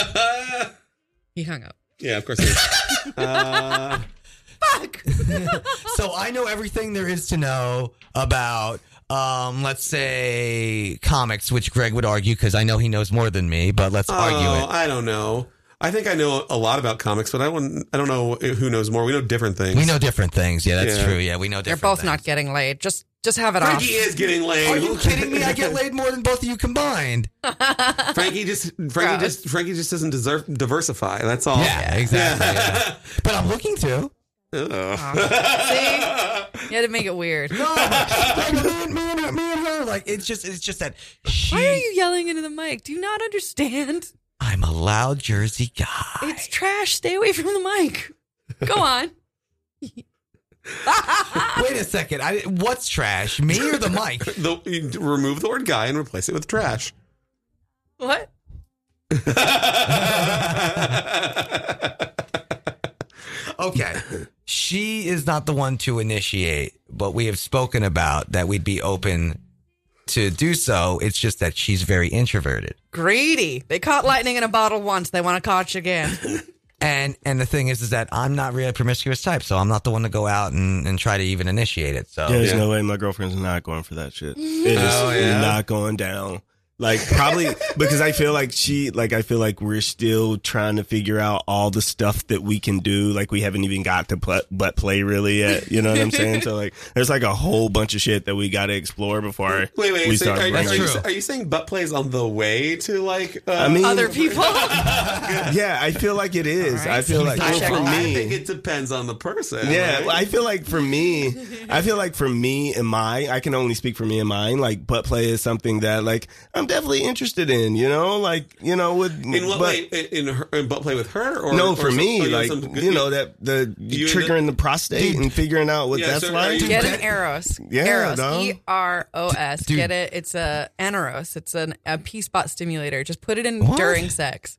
[SPEAKER 4] he hung up.
[SPEAKER 2] Yeah, of course. It is. uh,
[SPEAKER 5] so I know everything there is to know about, um, let's say, comics, which Greg would argue because I know he knows more than me. But let's argue
[SPEAKER 2] oh,
[SPEAKER 5] it.
[SPEAKER 2] I don't know. I think I know a lot about comics, but I don't. I don't know who knows more. We know different things.
[SPEAKER 5] We know different things. Yeah, that's
[SPEAKER 2] Yeah.
[SPEAKER 5] true. Yeah, we know
[SPEAKER 4] They're
[SPEAKER 5] different.
[SPEAKER 4] both
[SPEAKER 5] things.
[SPEAKER 4] not getting laid. Just just have it off.
[SPEAKER 2] Frankie is getting laid.
[SPEAKER 5] Are you kidding me? I get laid more than both of you combined.
[SPEAKER 2] Frankie just Frankie
[SPEAKER 4] Gross.
[SPEAKER 2] just Frankie just doesn't deserve diversify. That's all.
[SPEAKER 5] Yeah, exactly. yeah. But I'm looking to.
[SPEAKER 4] See? You had to make it weird.
[SPEAKER 5] No, like, me, and, me, and, me and her. Like it's just, it's just that she.
[SPEAKER 4] Why are you yelling into the mic? Do you not understand?
[SPEAKER 5] I'm a loud Jersey guy.
[SPEAKER 4] It's trash. Stay away from the mic. Go on.
[SPEAKER 5] Wait a second. I, what's trash? Me or the mic?
[SPEAKER 2] The, you d- remove the word guy and replace it with trash.
[SPEAKER 4] What?
[SPEAKER 5] Okay. She is not the one to initiate, but we have spoken about that we'd be open to do so. It's just that she's very introverted.
[SPEAKER 4] Greedy. They caught lightning in a bottle once. They want to catch again.
[SPEAKER 5] And and the thing is is that I'm not really a promiscuous type, so I'm not the one to go out and, and try to even initiate it. So
[SPEAKER 3] There's no way my girlfriend's not going for that shit. It is
[SPEAKER 2] Oh, yeah.
[SPEAKER 3] not going down. Like probably because I feel like she like I feel like we're still trying to figure out all the stuff that we can do. Like we haven't even got to pl- but play really yet. You know what I'm saying? So like there's like a whole bunch of shit that we got to explore before
[SPEAKER 2] Wait, wait.
[SPEAKER 3] we
[SPEAKER 2] so
[SPEAKER 3] start.
[SPEAKER 2] are,
[SPEAKER 3] bringing-
[SPEAKER 2] are you,
[SPEAKER 5] true.
[SPEAKER 2] are you saying butt plays on the way to like? Uh,
[SPEAKER 3] I mean,
[SPEAKER 4] Other people.
[SPEAKER 3] yeah, I feel like it is.
[SPEAKER 4] All right.
[SPEAKER 3] I feel like
[SPEAKER 4] Fact
[SPEAKER 3] well,
[SPEAKER 4] check.
[SPEAKER 3] for me,
[SPEAKER 2] uh, I think it depends on the person.
[SPEAKER 3] Yeah,
[SPEAKER 2] right?
[SPEAKER 3] well, I feel like for me, I feel like for me and mine, I can only speak for me and mine. Like butt play is something that like I'm definitely interested in. You know, like you know with
[SPEAKER 2] in what
[SPEAKER 3] but-
[SPEAKER 2] way? In, in her, in butt play with her? Or
[SPEAKER 3] No,
[SPEAKER 2] or
[SPEAKER 3] for
[SPEAKER 2] some- oh,
[SPEAKER 3] me,
[SPEAKER 2] or,
[SPEAKER 3] like
[SPEAKER 2] some-
[SPEAKER 3] you know that the
[SPEAKER 2] You-
[SPEAKER 3] triggering the prostate and figuring out what
[SPEAKER 2] Yeah,
[SPEAKER 3] that's
[SPEAKER 2] so are
[SPEAKER 3] like.
[SPEAKER 2] you-
[SPEAKER 4] Get an Eros.
[SPEAKER 3] Yeah,
[SPEAKER 4] Eros.
[SPEAKER 3] dog.
[SPEAKER 4] E R O S.
[SPEAKER 5] Dude.
[SPEAKER 4] Get it? It's a aneros. It's an, a P spot stimulator. Just put it in
[SPEAKER 5] What?
[SPEAKER 4] during sex.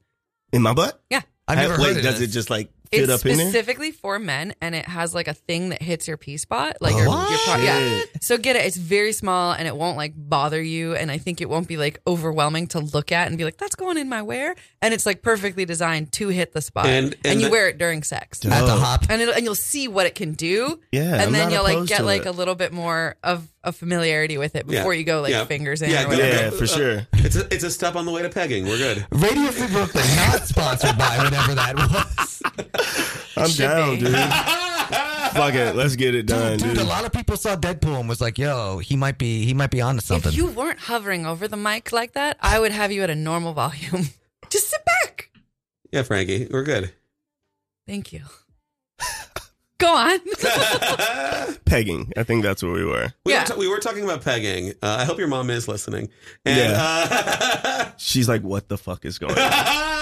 [SPEAKER 3] in my butt.
[SPEAKER 4] Yeah.
[SPEAKER 5] I've never
[SPEAKER 3] Wait,
[SPEAKER 5] heard of
[SPEAKER 3] does
[SPEAKER 5] this.
[SPEAKER 3] it just like fit
[SPEAKER 4] It's
[SPEAKER 3] up in there?
[SPEAKER 4] specifically for men, and it has like a thing that hits your P spot, like your,
[SPEAKER 3] Oh,
[SPEAKER 4] your pro- yeah. So get it. It's very small, and it won't like bother you, and I think it won't be like overwhelming to look at and be like, "That's going in my wear," and it's like perfectly designed to hit the spot,
[SPEAKER 2] And-
[SPEAKER 4] and,
[SPEAKER 2] and
[SPEAKER 4] you
[SPEAKER 2] the-
[SPEAKER 4] wear it during sex,
[SPEAKER 5] at the hop.
[SPEAKER 4] and it'll, and you'll see what it can do,
[SPEAKER 3] Yeah,
[SPEAKER 4] and
[SPEAKER 3] I'm
[SPEAKER 4] then
[SPEAKER 3] not
[SPEAKER 4] you'll like
[SPEAKER 3] opposed
[SPEAKER 4] get
[SPEAKER 3] to
[SPEAKER 4] like
[SPEAKER 3] it.
[SPEAKER 4] a little bit more of a familiarity with it
[SPEAKER 2] Yeah.
[SPEAKER 4] before you go like
[SPEAKER 2] Yeah.
[SPEAKER 4] fingers in
[SPEAKER 2] Yeah, go-
[SPEAKER 4] or whatever.
[SPEAKER 3] Yeah, for sure.
[SPEAKER 2] It's a, it's a step on the way to pegging. We're good.
[SPEAKER 5] Radio Free Brooklyn, not sponsored by whatever that was.
[SPEAKER 3] I'm
[SPEAKER 4] should
[SPEAKER 3] down,
[SPEAKER 4] be.
[SPEAKER 3] dude. Fuck it, let's get it done,
[SPEAKER 5] Dude,
[SPEAKER 3] dude.
[SPEAKER 5] a lot of people saw Deadpool and was like, "Yo, he might be, he might be onto something."
[SPEAKER 4] If you weren't hovering over the mic like that, I would have you at a normal volume. Just sit back.
[SPEAKER 2] Yeah, Frankie, we're good.
[SPEAKER 4] Thank you. Go on.
[SPEAKER 3] Pegging. I think that's where we were.
[SPEAKER 2] We,
[SPEAKER 4] Yeah.
[SPEAKER 2] were, ta- we were talking about pegging. Uh, I hope your mom is listening. And, uh, yeah.
[SPEAKER 3] She's like, "What the fuck is going on?"
[SPEAKER 2] Uh,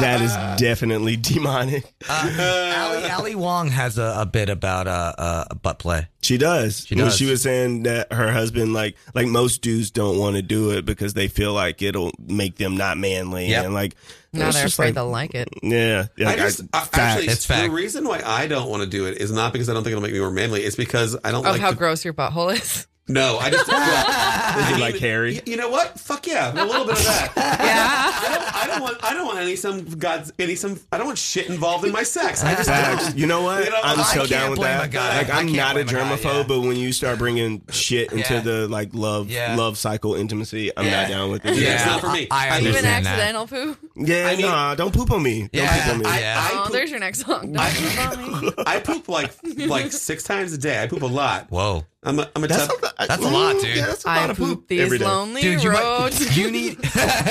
[SPEAKER 3] That is definitely demonic.
[SPEAKER 5] Ali, Ali Wong has a, a bit about uh, uh, butt play.
[SPEAKER 3] She does.
[SPEAKER 5] She
[SPEAKER 3] When
[SPEAKER 5] does.
[SPEAKER 3] she was saying that her husband, like, like most dudes don't want to do it because they feel like it'll make them not manly
[SPEAKER 5] Yep.
[SPEAKER 3] and like.
[SPEAKER 4] No,
[SPEAKER 3] it's
[SPEAKER 4] they're
[SPEAKER 3] just
[SPEAKER 4] afraid
[SPEAKER 3] like-
[SPEAKER 4] they'll like it.
[SPEAKER 3] Yeah, yeah.
[SPEAKER 2] I just I,
[SPEAKER 3] fact.
[SPEAKER 2] actually
[SPEAKER 5] It's fact.
[SPEAKER 2] the reason why I don't want to do it is not because I don't think it'll make me more manly. It's because I don't
[SPEAKER 4] Of
[SPEAKER 2] like
[SPEAKER 4] how
[SPEAKER 2] the-
[SPEAKER 4] gross your butthole is.
[SPEAKER 2] no. I just well,
[SPEAKER 3] Is it
[SPEAKER 2] I
[SPEAKER 3] like hairy?
[SPEAKER 2] y- You know what? Fuck yeah, a little bit of that.
[SPEAKER 4] Yeah.
[SPEAKER 2] I don't, I don't want I don't want any some gods any some I don't want shit involved in my sex. I just
[SPEAKER 3] Facts. You know what?
[SPEAKER 2] You know,
[SPEAKER 3] I'm
[SPEAKER 2] I
[SPEAKER 3] so
[SPEAKER 5] can't
[SPEAKER 3] down with
[SPEAKER 5] blame a
[SPEAKER 3] that.
[SPEAKER 5] guy.
[SPEAKER 3] Like
[SPEAKER 5] I
[SPEAKER 3] I'm
[SPEAKER 5] can't
[SPEAKER 3] not a
[SPEAKER 5] blame a guy,
[SPEAKER 3] germaphobe, but when you start bringing shit into
[SPEAKER 5] Yeah.
[SPEAKER 3] the like love
[SPEAKER 5] Yeah.
[SPEAKER 3] love cycle intimacy, I'm
[SPEAKER 5] Yeah.
[SPEAKER 3] not down with it.
[SPEAKER 2] Yeah, it's not for me.
[SPEAKER 5] I, I
[SPEAKER 2] Even
[SPEAKER 4] Even
[SPEAKER 5] understand that.
[SPEAKER 4] accidental poo.
[SPEAKER 3] Yeah,
[SPEAKER 2] I mean-
[SPEAKER 3] nah, don't poop on me. Don't
[SPEAKER 5] Yeah,
[SPEAKER 3] poop on me.
[SPEAKER 5] I-
[SPEAKER 2] I, I
[SPEAKER 4] Oh,
[SPEAKER 2] poop-
[SPEAKER 4] there's your next song. Don't you bother me.
[SPEAKER 2] I poop like like six times a day. I poop a lot.
[SPEAKER 5] Whoa,
[SPEAKER 2] I'm a, I'm a tough.
[SPEAKER 5] That's a lot,
[SPEAKER 3] Mm,
[SPEAKER 5] dude.
[SPEAKER 3] Yeah, that's a lot
[SPEAKER 4] I
[SPEAKER 3] of poop.
[SPEAKER 4] poop these
[SPEAKER 3] every day.
[SPEAKER 4] lonely
[SPEAKER 5] dude, you,
[SPEAKER 4] roads.
[SPEAKER 5] might, you need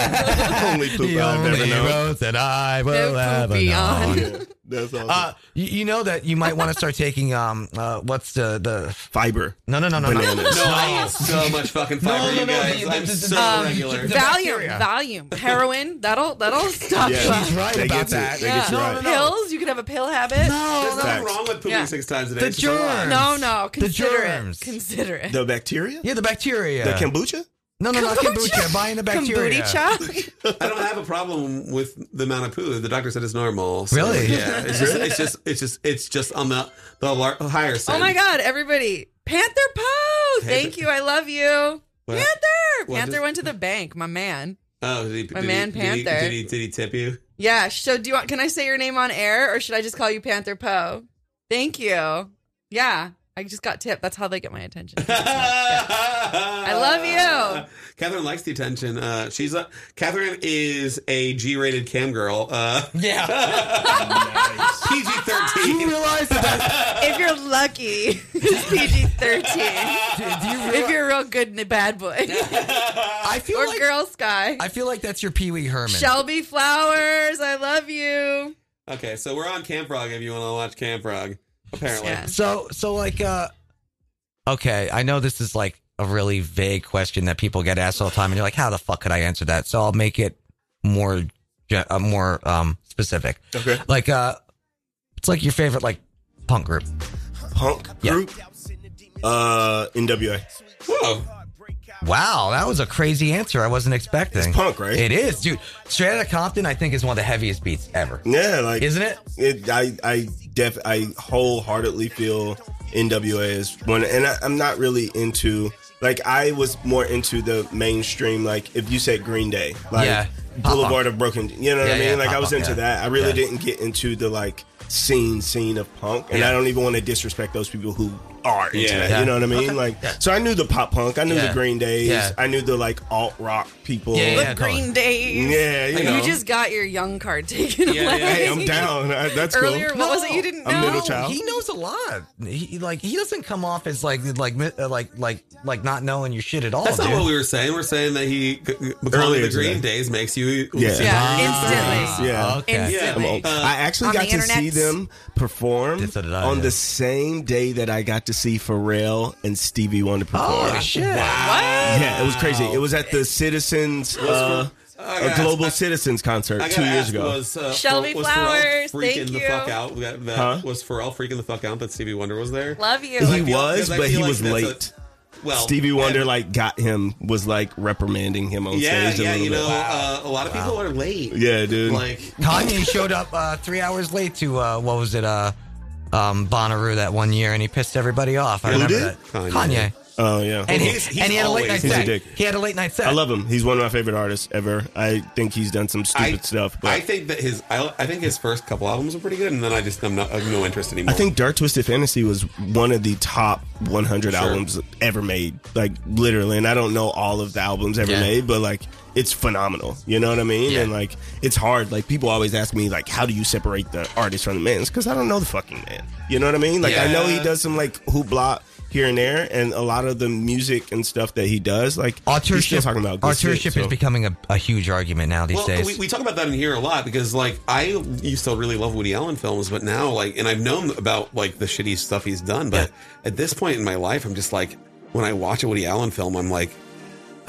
[SPEAKER 3] Only poop
[SPEAKER 5] the
[SPEAKER 3] I've ever
[SPEAKER 5] only
[SPEAKER 3] known.
[SPEAKER 5] roads that I will
[SPEAKER 4] No
[SPEAKER 5] ever
[SPEAKER 4] poopy
[SPEAKER 5] know.
[SPEAKER 4] on.
[SPEAKER 3] Yeah, that's awesome.
[SPEAKER 5] Uh, you, you know that you might want to start taking um uh what's the the
[SPEAKER 3] Fiber.
[SPEAKER 5] no no no no no
[SPEAKER 3] Bananas.
[SPEAKER 2] No, I eat so much fucking fiber,
[SPEAKER 5] No, no,
[SPEAKER 2] you
[SPEAKER 5] no,
[SPEAKER 2] guys.
[SPEAKER 5] the- the-
[SPEAKER 2] I'm
[SPEAKER 5] the-
[SPEAKER 2] so
[SPEAKER 5] um,
[SPEAKER 2] regular.
[SPEAKER 5] the-
[SPEAKER 4] Valium,
[SPEAKER 5] bacteria.
[SPEAKER 4] Valium, heroin. That'll that'll stop
[SPEAKER 3] Yeah.
[SPEAKER 4] you. up.
[SPEAKER 5] She's right
[SPEAKER 3] They
[SPEAKER 5] about
[SPEAKER 3] get you.
[SPEAKER 5] that.
[SPEAKER 3] They
[SPEAKER 4] Yeah.
[SPEAKER 3] get you right.
[SPEAKER 4] Pills. You could have a pill habit.
[SPEAKER 2] There's
[SPEAKER 5] no
[SPEAKER 2] nothing
[SPEAKER 3] Facts.
[SPEAKER 2] wrong with pooping
[SPEAKER 4] Yeah.
[SPEAKER 2] six times a day.
[SPEAKER 5] The
[SPEAKER 2] It's just a lot.
[SPEAKER 5] germs.
[SPEAKER 4] No, no.
[SPEAKER 5] The
[SPEAKER 4] Consider it.
[SPEAKER 5] germs.
[SPEAKER 4] Consider it.
[SPEAKER 3] The bacteria?
[SPEAKER 5] yeah the bacteria
[SPEAKER 3] The kombucha?
[SPEAKER 5] no no not kombucha buying the bacteria
[SPEAKER 4] Kombucha chop.
[SPEAKER 2] I don't have a problem with the amount of poo. The doctor said it's normal. so,
[SPEAKER 5] Really?
[SPEAKER 2] Yeah. It's just, it's just, it's just, it's just on the the lar- higher side.
[SPEAKER 4] Oh my God, everybody. Panther Poe. Thank you. I love you.
[SPEAKER 2] What?
[SPEAKER 4] Panther.
[SPEAKER 2] What
[SPEAKER 4] Panther
[SPEAKER 2] just-
[SPEAKER 4] went to the bank, my man.
[SPEAKER 2] Oh, did he, did
[SPEAKER 4] My
[SPEAKER 2] he-
[SPEAKER 4] man
[SPEAKER 2] did he-
[SPEAKER 4] Panther.
[SPEAKER 2] Did he, did he tip you?
[SPEAKER 4] Yeah. So do you want? Can I say your name on air, or should I just call you Panther Poe? Thank you. Yeah, I just got tipped. That's how they get my attention.
[SPEAKER 2] I
[SPEAKER 4] love you.
[SPEAKER 2] Catherine likes the attention. Uh, she's a Catherine is a G-rated cam girl. Uh,
[SPEAKER 5] Yeah.
[SPEAKER 2] PG
[SPEAKER 5] Do
[SPEAKER 2] thirteen.
[SPEAKER 5] you realize that?
[SPEAKER 4] if you're lucky, it's PG thirteen.
[SPEAKER 5] Do you
[SPEAKER 4] If
[SPEAKER 5] realize,
[SPEAKER 4] you're real good and a bad boy
[SPEAKER 5] I feel
[SPEAKER 4] or
[SPEAKER 5] like
[SPEAKER 4] Girl Sky,
[SPEAKER 5] I feel like that's your Pee Wee Herman.
[SPEAKER 4] Shelby Flowers, I love you.
[SPEAKER 2] Okay, so we're on Camp Frog. If you want to watch Camp Frog, apparently.
[SPEAKER 4] Yeah.
[SPEAKER 5] So so like uh okay, I know this is like a really vague question that people get asked all the time and you're like how the fuck could I answer that? So I'll make it more ge- uh, more um specific.
[SPEAKER 3] Okay.
[SPEAKER 5] Like uh it's like your favorite like punk group.
[SPEAKER 3] Punk
[SPEAKER 5] Yeah.
[SPEAKER 3] group. Uh, NWA.
[SPEAKER 2] Whoa.
[SPEAKER 5] Wow, that was a crazy answer. I wasn't expecting.
[SPEAKER 3] It's punk, right?
[SPEAKER 5] It is, dude. Straight Outta Compton I think is one of the heaviest beats ever.
[SPEAKER 3] Yeah, like
[SPEAKER 5] Isn't it?
[SPEAKER 3] It, I I def I wholeheartedly feel NWA is one, and I, I'm not really into like I was more into the mainstream. Like if you said Green Day, like
[SPEAKER 5] Yeah. Pop
[SPEAKER 3] Boulevard of Broken, you know what
[SPEAKER 5] Yeah,
[SPEAKER 3] I mean?
[SPEAKER 5] yeah,
[SPEAKER 3] like
[SPEAKER 5] pop
[SPEAKER 3] I was
[SPEAKER 5] punk,
[SPEAKER 3] into
[SPEAKER 5] yeah.
[SPEAKER 3] that. I really
[SPEAKER 5] Yeah.
[SPEAKER 3] didn't get into the like scene scene of punk, and
[SPEAKER 5] Yeah.
[SPEAKER 3] I don't even want to disrespect those people who are into
[SPEAKER 2] Yeah.
[SPEAKER 3] that.
[SPEAKER 5] Yeah.
[SPEAKER 3] You know what I mean? Like so, I knew the pop punk, I knew
[SPEAKER 5] Yeah.
[SPEAKER 3] the Green Days,
[SPEAKER 5] Yeah.
[SPEAKER 3] I knew the like alt rock people.
[SPEAKER 5] Yeah,
[SPEAKER 4] Look,
[SPEAKER 5] yeah. totally.
[SPEAKER 4] Green Days.
[SPEAKER 3] Yeah, you know.
[SPEAKER 4] You just got your young card taken
[SPEAKER 2] Yeah,
[SPEAKER 4] away.
[SPEAKER 2] yeah,
[SPEAKER 3] hey, I'm down. I- that's
[SPEAKER 4] Earlier,
[SPEAKER 3] cool.
[SPEAKER 4] what was it you didn't know?
[SPEAKER 3] I'm middle
[SPEAKER 2] Oh.
[SPEAKER 3] child.
[SPEAKER 5] He knows a lot. He like he doesn't come off as like like mi- uh, like like like not knowing your shit at all.
[SPEAKER 2] That's
[SPEAKER 5] dude.
[SPEAKER 2] not what we were saying. We're saying that he becoming
[SPEAKER 3] Earlier
[SPEAKER 2] the
[SPEAKER 3] today.
[SPEAKER 2] Green Days makes you.
[SPEAKER 3] Yeah.
[SPEAKER 4] Yeah,
[SPEAKER 5] Ah,
[SPEAKER 4] instantly.
[SPEAKER 3] Yeah.
[SPEAKER 5] Okay.
[SPEAKER 2] Yeah.
[SPEAKER 4] Instantly.
[SPEAKER 2] Uh,
[SPEAKER 3] I actually
[SPEAKER 4] on
[SPEAKER 3] got
[SPEAKER 4] the
[SPEAKER 3] to
[SPEAKER 4] internet.
[SPEAKER 3] see them perform
[SPEAKER 5] Did so did I,
[SPEAKER 3] on
[SPEAKER 5] yeah.
[SPEAKER 3] the same day that I got to see Pharrell and Stevie Wonder perform.
[SPEAKER 5] Oh shit!
[SPEAKER 4] What?
[SPEAKER 3] Yeah, it was crazy. It was at the Citizens, uh,
[SPEAKER 2] I
[SPEAKER 3] a
[SPEAKER 2] gotta-
[SPEAKER 3] Global
[SPEAKER 2] I-
[SPEAKER 3] Citizens concert
[SPEAKER 2] I gotta
[SPEAKER 3] two years
[SPEAKER 2] ask,
[SPEAKER 3] ago.
[SPEAKER 2] Was, uh,
[SPEAKER 4] Shelby
[SPEAKER 2] Pharrell- was
[SPEAKER 4] Flowers,
[SPEAKER 2] Pharrell freaking
[SPEAKER 4] thank
[SPEAKER 2] the
[SPEAKER 4] you.
[SPEAKER 2] fuck out. That, that
[SPEAKER 3] Huh?
[SPEAKER 2] was Pharrell freaking the fuck out that Stevie Wonder was there.
[SPEAKER 4] Love you.
[SPEAKER 3] he
[SPEAKER 2] feel-
[SPEAKER 3] was,
[SPEAKER 2] 'cause I
[SPEAKER 3] but he
[SPEAKER 2] feel like
[SPEAKER 3] was
[SPEAKER 2] that's a-
[SPEAKER 3] late.
[SPEAKER 2] Well,
[SPEAKER 3] Stevie Wonder
[SPEAKER 2] and-
[SPEAKER 3] like got him was like reprimanding him on
[SPEAKER 2] yeah,
[SPEAKER 3] stage a
[SPEAKER 2] yeah,
[SPEAKER 3] little
[SPEAKER 2] you
[SPEAKER 3] bit.
[SPEAKER 2] know, uh, a lot of people are late.
[SPEAKER 3] Yeah, dude.
[SPEAKER 2] like
[SPEAKER 5] Kanye showed up uh, three hours late to uh, what was it? Uh, um, Bonnaroo that one year, and he pissed everybody off. I
[SPEAKER 3] Who
[SPEAKER 5] remember
[SPEAKER 3] did?
[SPEAKER 5] that.
[SPEAKER 2] Kanye.
[SPEAKER 5] Kanye.
[SPEAKER 3] oh yeah.
[SPEAKER 5] And he,
[SPEAKER 2] he's- he's
[SPEAKER 5] and he had a late night
[SPEAKER 2] always-
[SPEAKER 3] He's a
[SPEAKER 5] set.
[SPEAKER 3] dick.
[SPEAKER 5] He had a late night set.
[SPEAKER 3] I love him. He's one of my favorite artists ever. I think he's done some stupid
[SPEAKER 2] I,
[SPEAKER 3] stuff, but
[SPEAKER 2] I think that his I, I think his first couple albums were pretty good, and then I just I'm not I have no interest anymore.
[SPEAKER 3] I think Dark Twisted Fantasy was one of the top 100 albums ever made, like literally. And I don't know all of the albums ever
[SPEAKER 5] Yeah.
[SPEAKER 3] made, but like it's phenomenal. You know what I mean?
[SPEAKER 5] Yeah.
[SPEAKER 3] And like it's hard. Like people always ask me, like, how do you separate the artist from the man? It's because I don't know the fucking man. You know what I mean? Like I know he
[SPEAKER 2] Yeah.
[SPEAKER 3] does some like hoopla here and there, and a lot of the music and stuff that he does, like he's still
[SPEAKER 5] Authorship,
[SPEAKER 3] talking about good shit,
[SPEAKER 5] authorship is
[SPEAKER 3] so-
[SPEAKER 5] becoming a, a huge argument now these
[SPEAKER 2] Well,
[SPEAKER 5] days.
[SPEAKER 2] we, we talk about that in here a lot because, like, I used to really love Woody Allen films, but now, like, and I've known about like the shitty stuff he's done, but at this point in my life, I'm just like, when I watch a Woody Allen film, I'm like,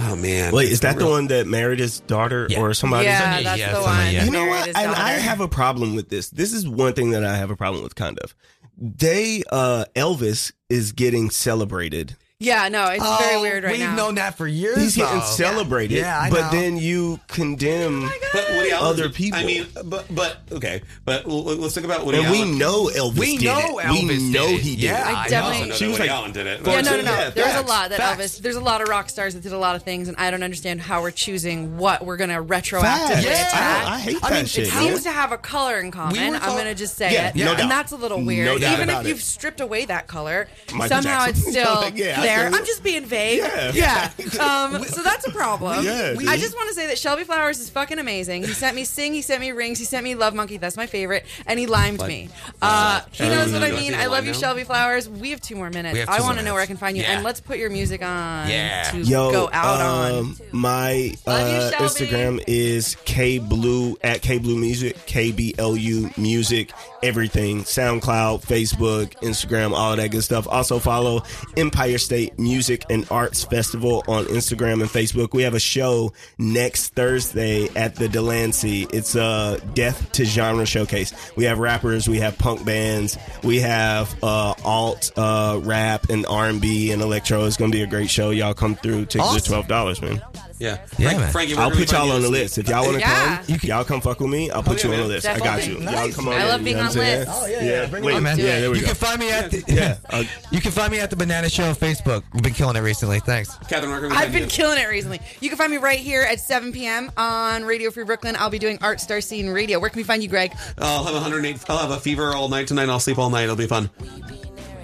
[SPEAKER 2] oh man,
[SPEAKER 3] Wait,
[SPEAKER 2] it's
[SPEAKER 3] is that the
[SPEAKER 2] real-
[SPEAKER 3] one that married his daughter
[SPEAKER 5] Yeah.
[SPEAKER 3] or somebody?
[SPEAKER 4] yeah,
[SPEAKER 5] Yeah,
[SPEAKER 4] that's
[SPEAKER 5] yeah,
[SPEAKER 4] the
[SPEAKER 5] somebody,
[SPEAKER 4] one.
[SPEAKER 5] yeah.
[SPEAKER 3] You know what?
[SPEAKER 4] Married his
[SPEAKER 3] And I
[SPEAKER 4] daughter.
[SPEAKER 3] have a problem with this. This is one thing that I have a problem with, kind of. They, uh, Elvis is getting celebrated.
[SPEAKER 4] Yeah, no, it's
[SPEAKER 5] Oh,
[SPEAKER 4] very weird right
[SPEAKER 5] We've
[SPEAKER 4] now.
[SPEAKER 5] known that for years.
[SPEAKER 3] He's getting
[SPEAKER 5] though.
[SPEAKER 3] celebrated.
[SPEAKER 5] Oh. Yeah, I
[SPEAKER 3] but
[SPEAKER 5] know.
[SPEAKER 3] then you condemn.
[SPEAKER 2] But Woody Allen,
[SPEAKER 3] Other people.
[SPEAKER 2] I mean, but but okay, but l- l- let's talk about Woody
[SPEAKER 3] and we
[SPEAKER 2] Allen.
[SPEAKER 3] know Elvis
[SPEAKER 5] We
[SPEAKER 3] did
[SPEAKER 5] know
[SPEAKER 3] it.
[SPEAKER 5] Elvis
[SPEAKER 3] we
[SPEAKER 5] did
[SPEAKER 3] know
[SPEAKER 5] it.
[SPEAKER 3] he did
[SPEAKER 5] Yeah,
[SPEAKER 3] it.
[SPEAKER 4] I
[SPEAKER 5] I
[SPEAKER 2] I also
[SPEAKER 4] definitely-
[SPEAKER 2] know that
[SPEAKER 3] She was
[SPEAKER 2] Woody
[SPEAKER 3] like,
[SPEAKER 2] Allen did it.
[SPEAKER 4] Yeah,
[SPEAKER 2] But-
[SPEAKER 4] no, no, no.
[SPEAKER 3] Yeah,
[SPEAKER 4] there's a
[SPEAKER 3] facts,
[SPEAKER 4] lot that
[SPEAKER 5] facts.
[SPEAKER 4] Elvis. There's a lot of rock stars that did a lot of things, and I don't understand how we're choosing what we're gonna retroactively
[SPEAKER 3] Facts.
[SPEAKER 5] Yeah.
[SPEAKER 4] attack.
[SPEAKER 3] I, I hate
[SPEAKER 5] I
[SPEAKER 3] that
[SPEAKER 5] mean, it's
[SPEAKER 3] shit.
[SPEAKER 4] it
[SPEAKER 5] how
[SPEAKER 3] man.
[SPEAKER 4] seems to have a color in common.
[SPEAKER 5] were
[SPEAKER 4] I'm
[SPEAKER 5] talk-
[SPEAKER 4] gonna just say
[SPEAKER 3] Yeah,
[SPEAKER 4] it,
[SPEAKER 3] no
[SPEAKER 4] and
[SPEAKER 3] doubt.
[SPEAKER 4] that's a little weird.
[SPEAKER 3] No doubt
[SPEAKER 4] Even
[SPEAKER 3] about
[SPEAKER 4] if you've
[SPEAKER 3] it.
[SPEAKER 4] stripped away that color,
[SPEAKER 3] Michael
[SPEAKER 4] somehow
[SPEAKER 3] Jackson.
[SPEAKER 4] it's still
[SPEAKER 3] Yeah, I
[SPEAKER 4] there.
[SPEAKER 3] feel-
[SPEAKER 4] I'm just being vague.
[SPEAKER 3] Yeah.
[SPEAKER 4] Um, so that's a problem.
[SPEAKER 3] Yeah, dude.
[SPEAKER 4] I just want to say that Shelby Flowers is fucking amazing. He sent me Sing, he sent me Rings, he sent me Love Monkey. That's my favorite, and he limed me. Uh, he knows what I mean. I love you, Shelby Flowers. We have two more minutes.
[SPEAKER 5] We have two
[SPEAKER 4] I
[SPEAKER 5] more
[SPEAKER 4] want to know where I
[SPEAKER 5] minutes.
[SPEAKER 4] can find you,
[SPEAKER 5] Yeah.
[SPEAKER 4] and let's put your music on.
[SPEAKER 5] Yeah.
[SPEAKER 4] To
[SPEAKER 3] Yo,
[SPEAKER 4] go out on.
[SPEAKER 3] um, my
[SPEAKER 4] Love you,
[SPEAKER 3] uh,
[SPEAKER 4] Shelby.
[SPEAKER 3] Instagram is kblue at kblue music, k b l u music, everything. SoundCloud, Facebook, Instagram, all of that good stuff. Also follow Empire State Music and Arts Festival on Instagram and Facebook. We have a show next Thursday at the Delancey. It's a death to genre showcase. We have rappers, we have punk bands, we have uh, alt uh, rap and R and B and electro. It's gonna be a great show. Y'all come through. Tickets are
[SPEAKER 5] Awesome.
[SPEAKER 3] twelve dollars, man.
[SPEAKER 2] Yeah.
[SPEAKER 5] Yeah,
[SPEAKER 2] Frank,
[SPEAKER 5] man.
[SPEAKER 2] Frankie, we're
[SPEAKER 3] I'll
[SPEAKER 2] gonna
[SPEAKER 3] put y'all
[SPEAKER 2] find
[SPEAKER 3] on
[SPEAKER 2] you
[SPEAKER 3] the
[SPEAKER 2] a-
[SPEAKER 3] list. If y'all want to
[SPEAKER 4] Yeah.
[SPEAKER 3] come, y'all come fuck with me. I'll put
[SPEAKER 2] Oh,
[SPEAKER 3] you
[SPEAKER 2] yeah,
[SPEAKER 3] on the list. I got you.
[SPEAKER 4] definitely.
[SPEAKER 3] Y'all come on.
[SPEAKER 4] I love
[SPEAKER 3] in,
[SPEAKER 4] being
[SPEAKER 3] you know
[SPEAKER 4] on
[SPEAKER 3] what I'm saying?
[SPEAKER 4] lists. Oh, yeah,
[SPEAKER 3] Wait,
[SPEAKER 5] on, man.
[SPEAKER 3] Yeah, there we
[SPEAKER 5] you
[SPEAKER 3] go.
[SPEAKER 5] can find me at the,
[SPEAKER 3] Yeah.
[SPEAKER 5] yeah.
[SPEAKER 3] Uh,
[SPEAKER 5] You can find me at the Banana Show Facebook. We've been killing it recently. Thanks.
[SPEAKER 2] Catherine Rucker, we
[SPEAKER 4] I've
[SPEAKER 2] find
[SPEAKER 4] been
[SPEAKER 2] you.
[SPEAKER 4] killing it recently. You can find me right here at 7 p.m. on Radio Free Brooklyn. I'll be doing Art Star Scene Radio. Where can we find you, Greg?
[SPEAKER 2] I'll have 108. I'll have a fever all night tonight. I'll sleep all night. It'll be fun.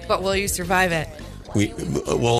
[SPEAKER 4] But will you survive it?
[SPEAKER 2] We uh, well.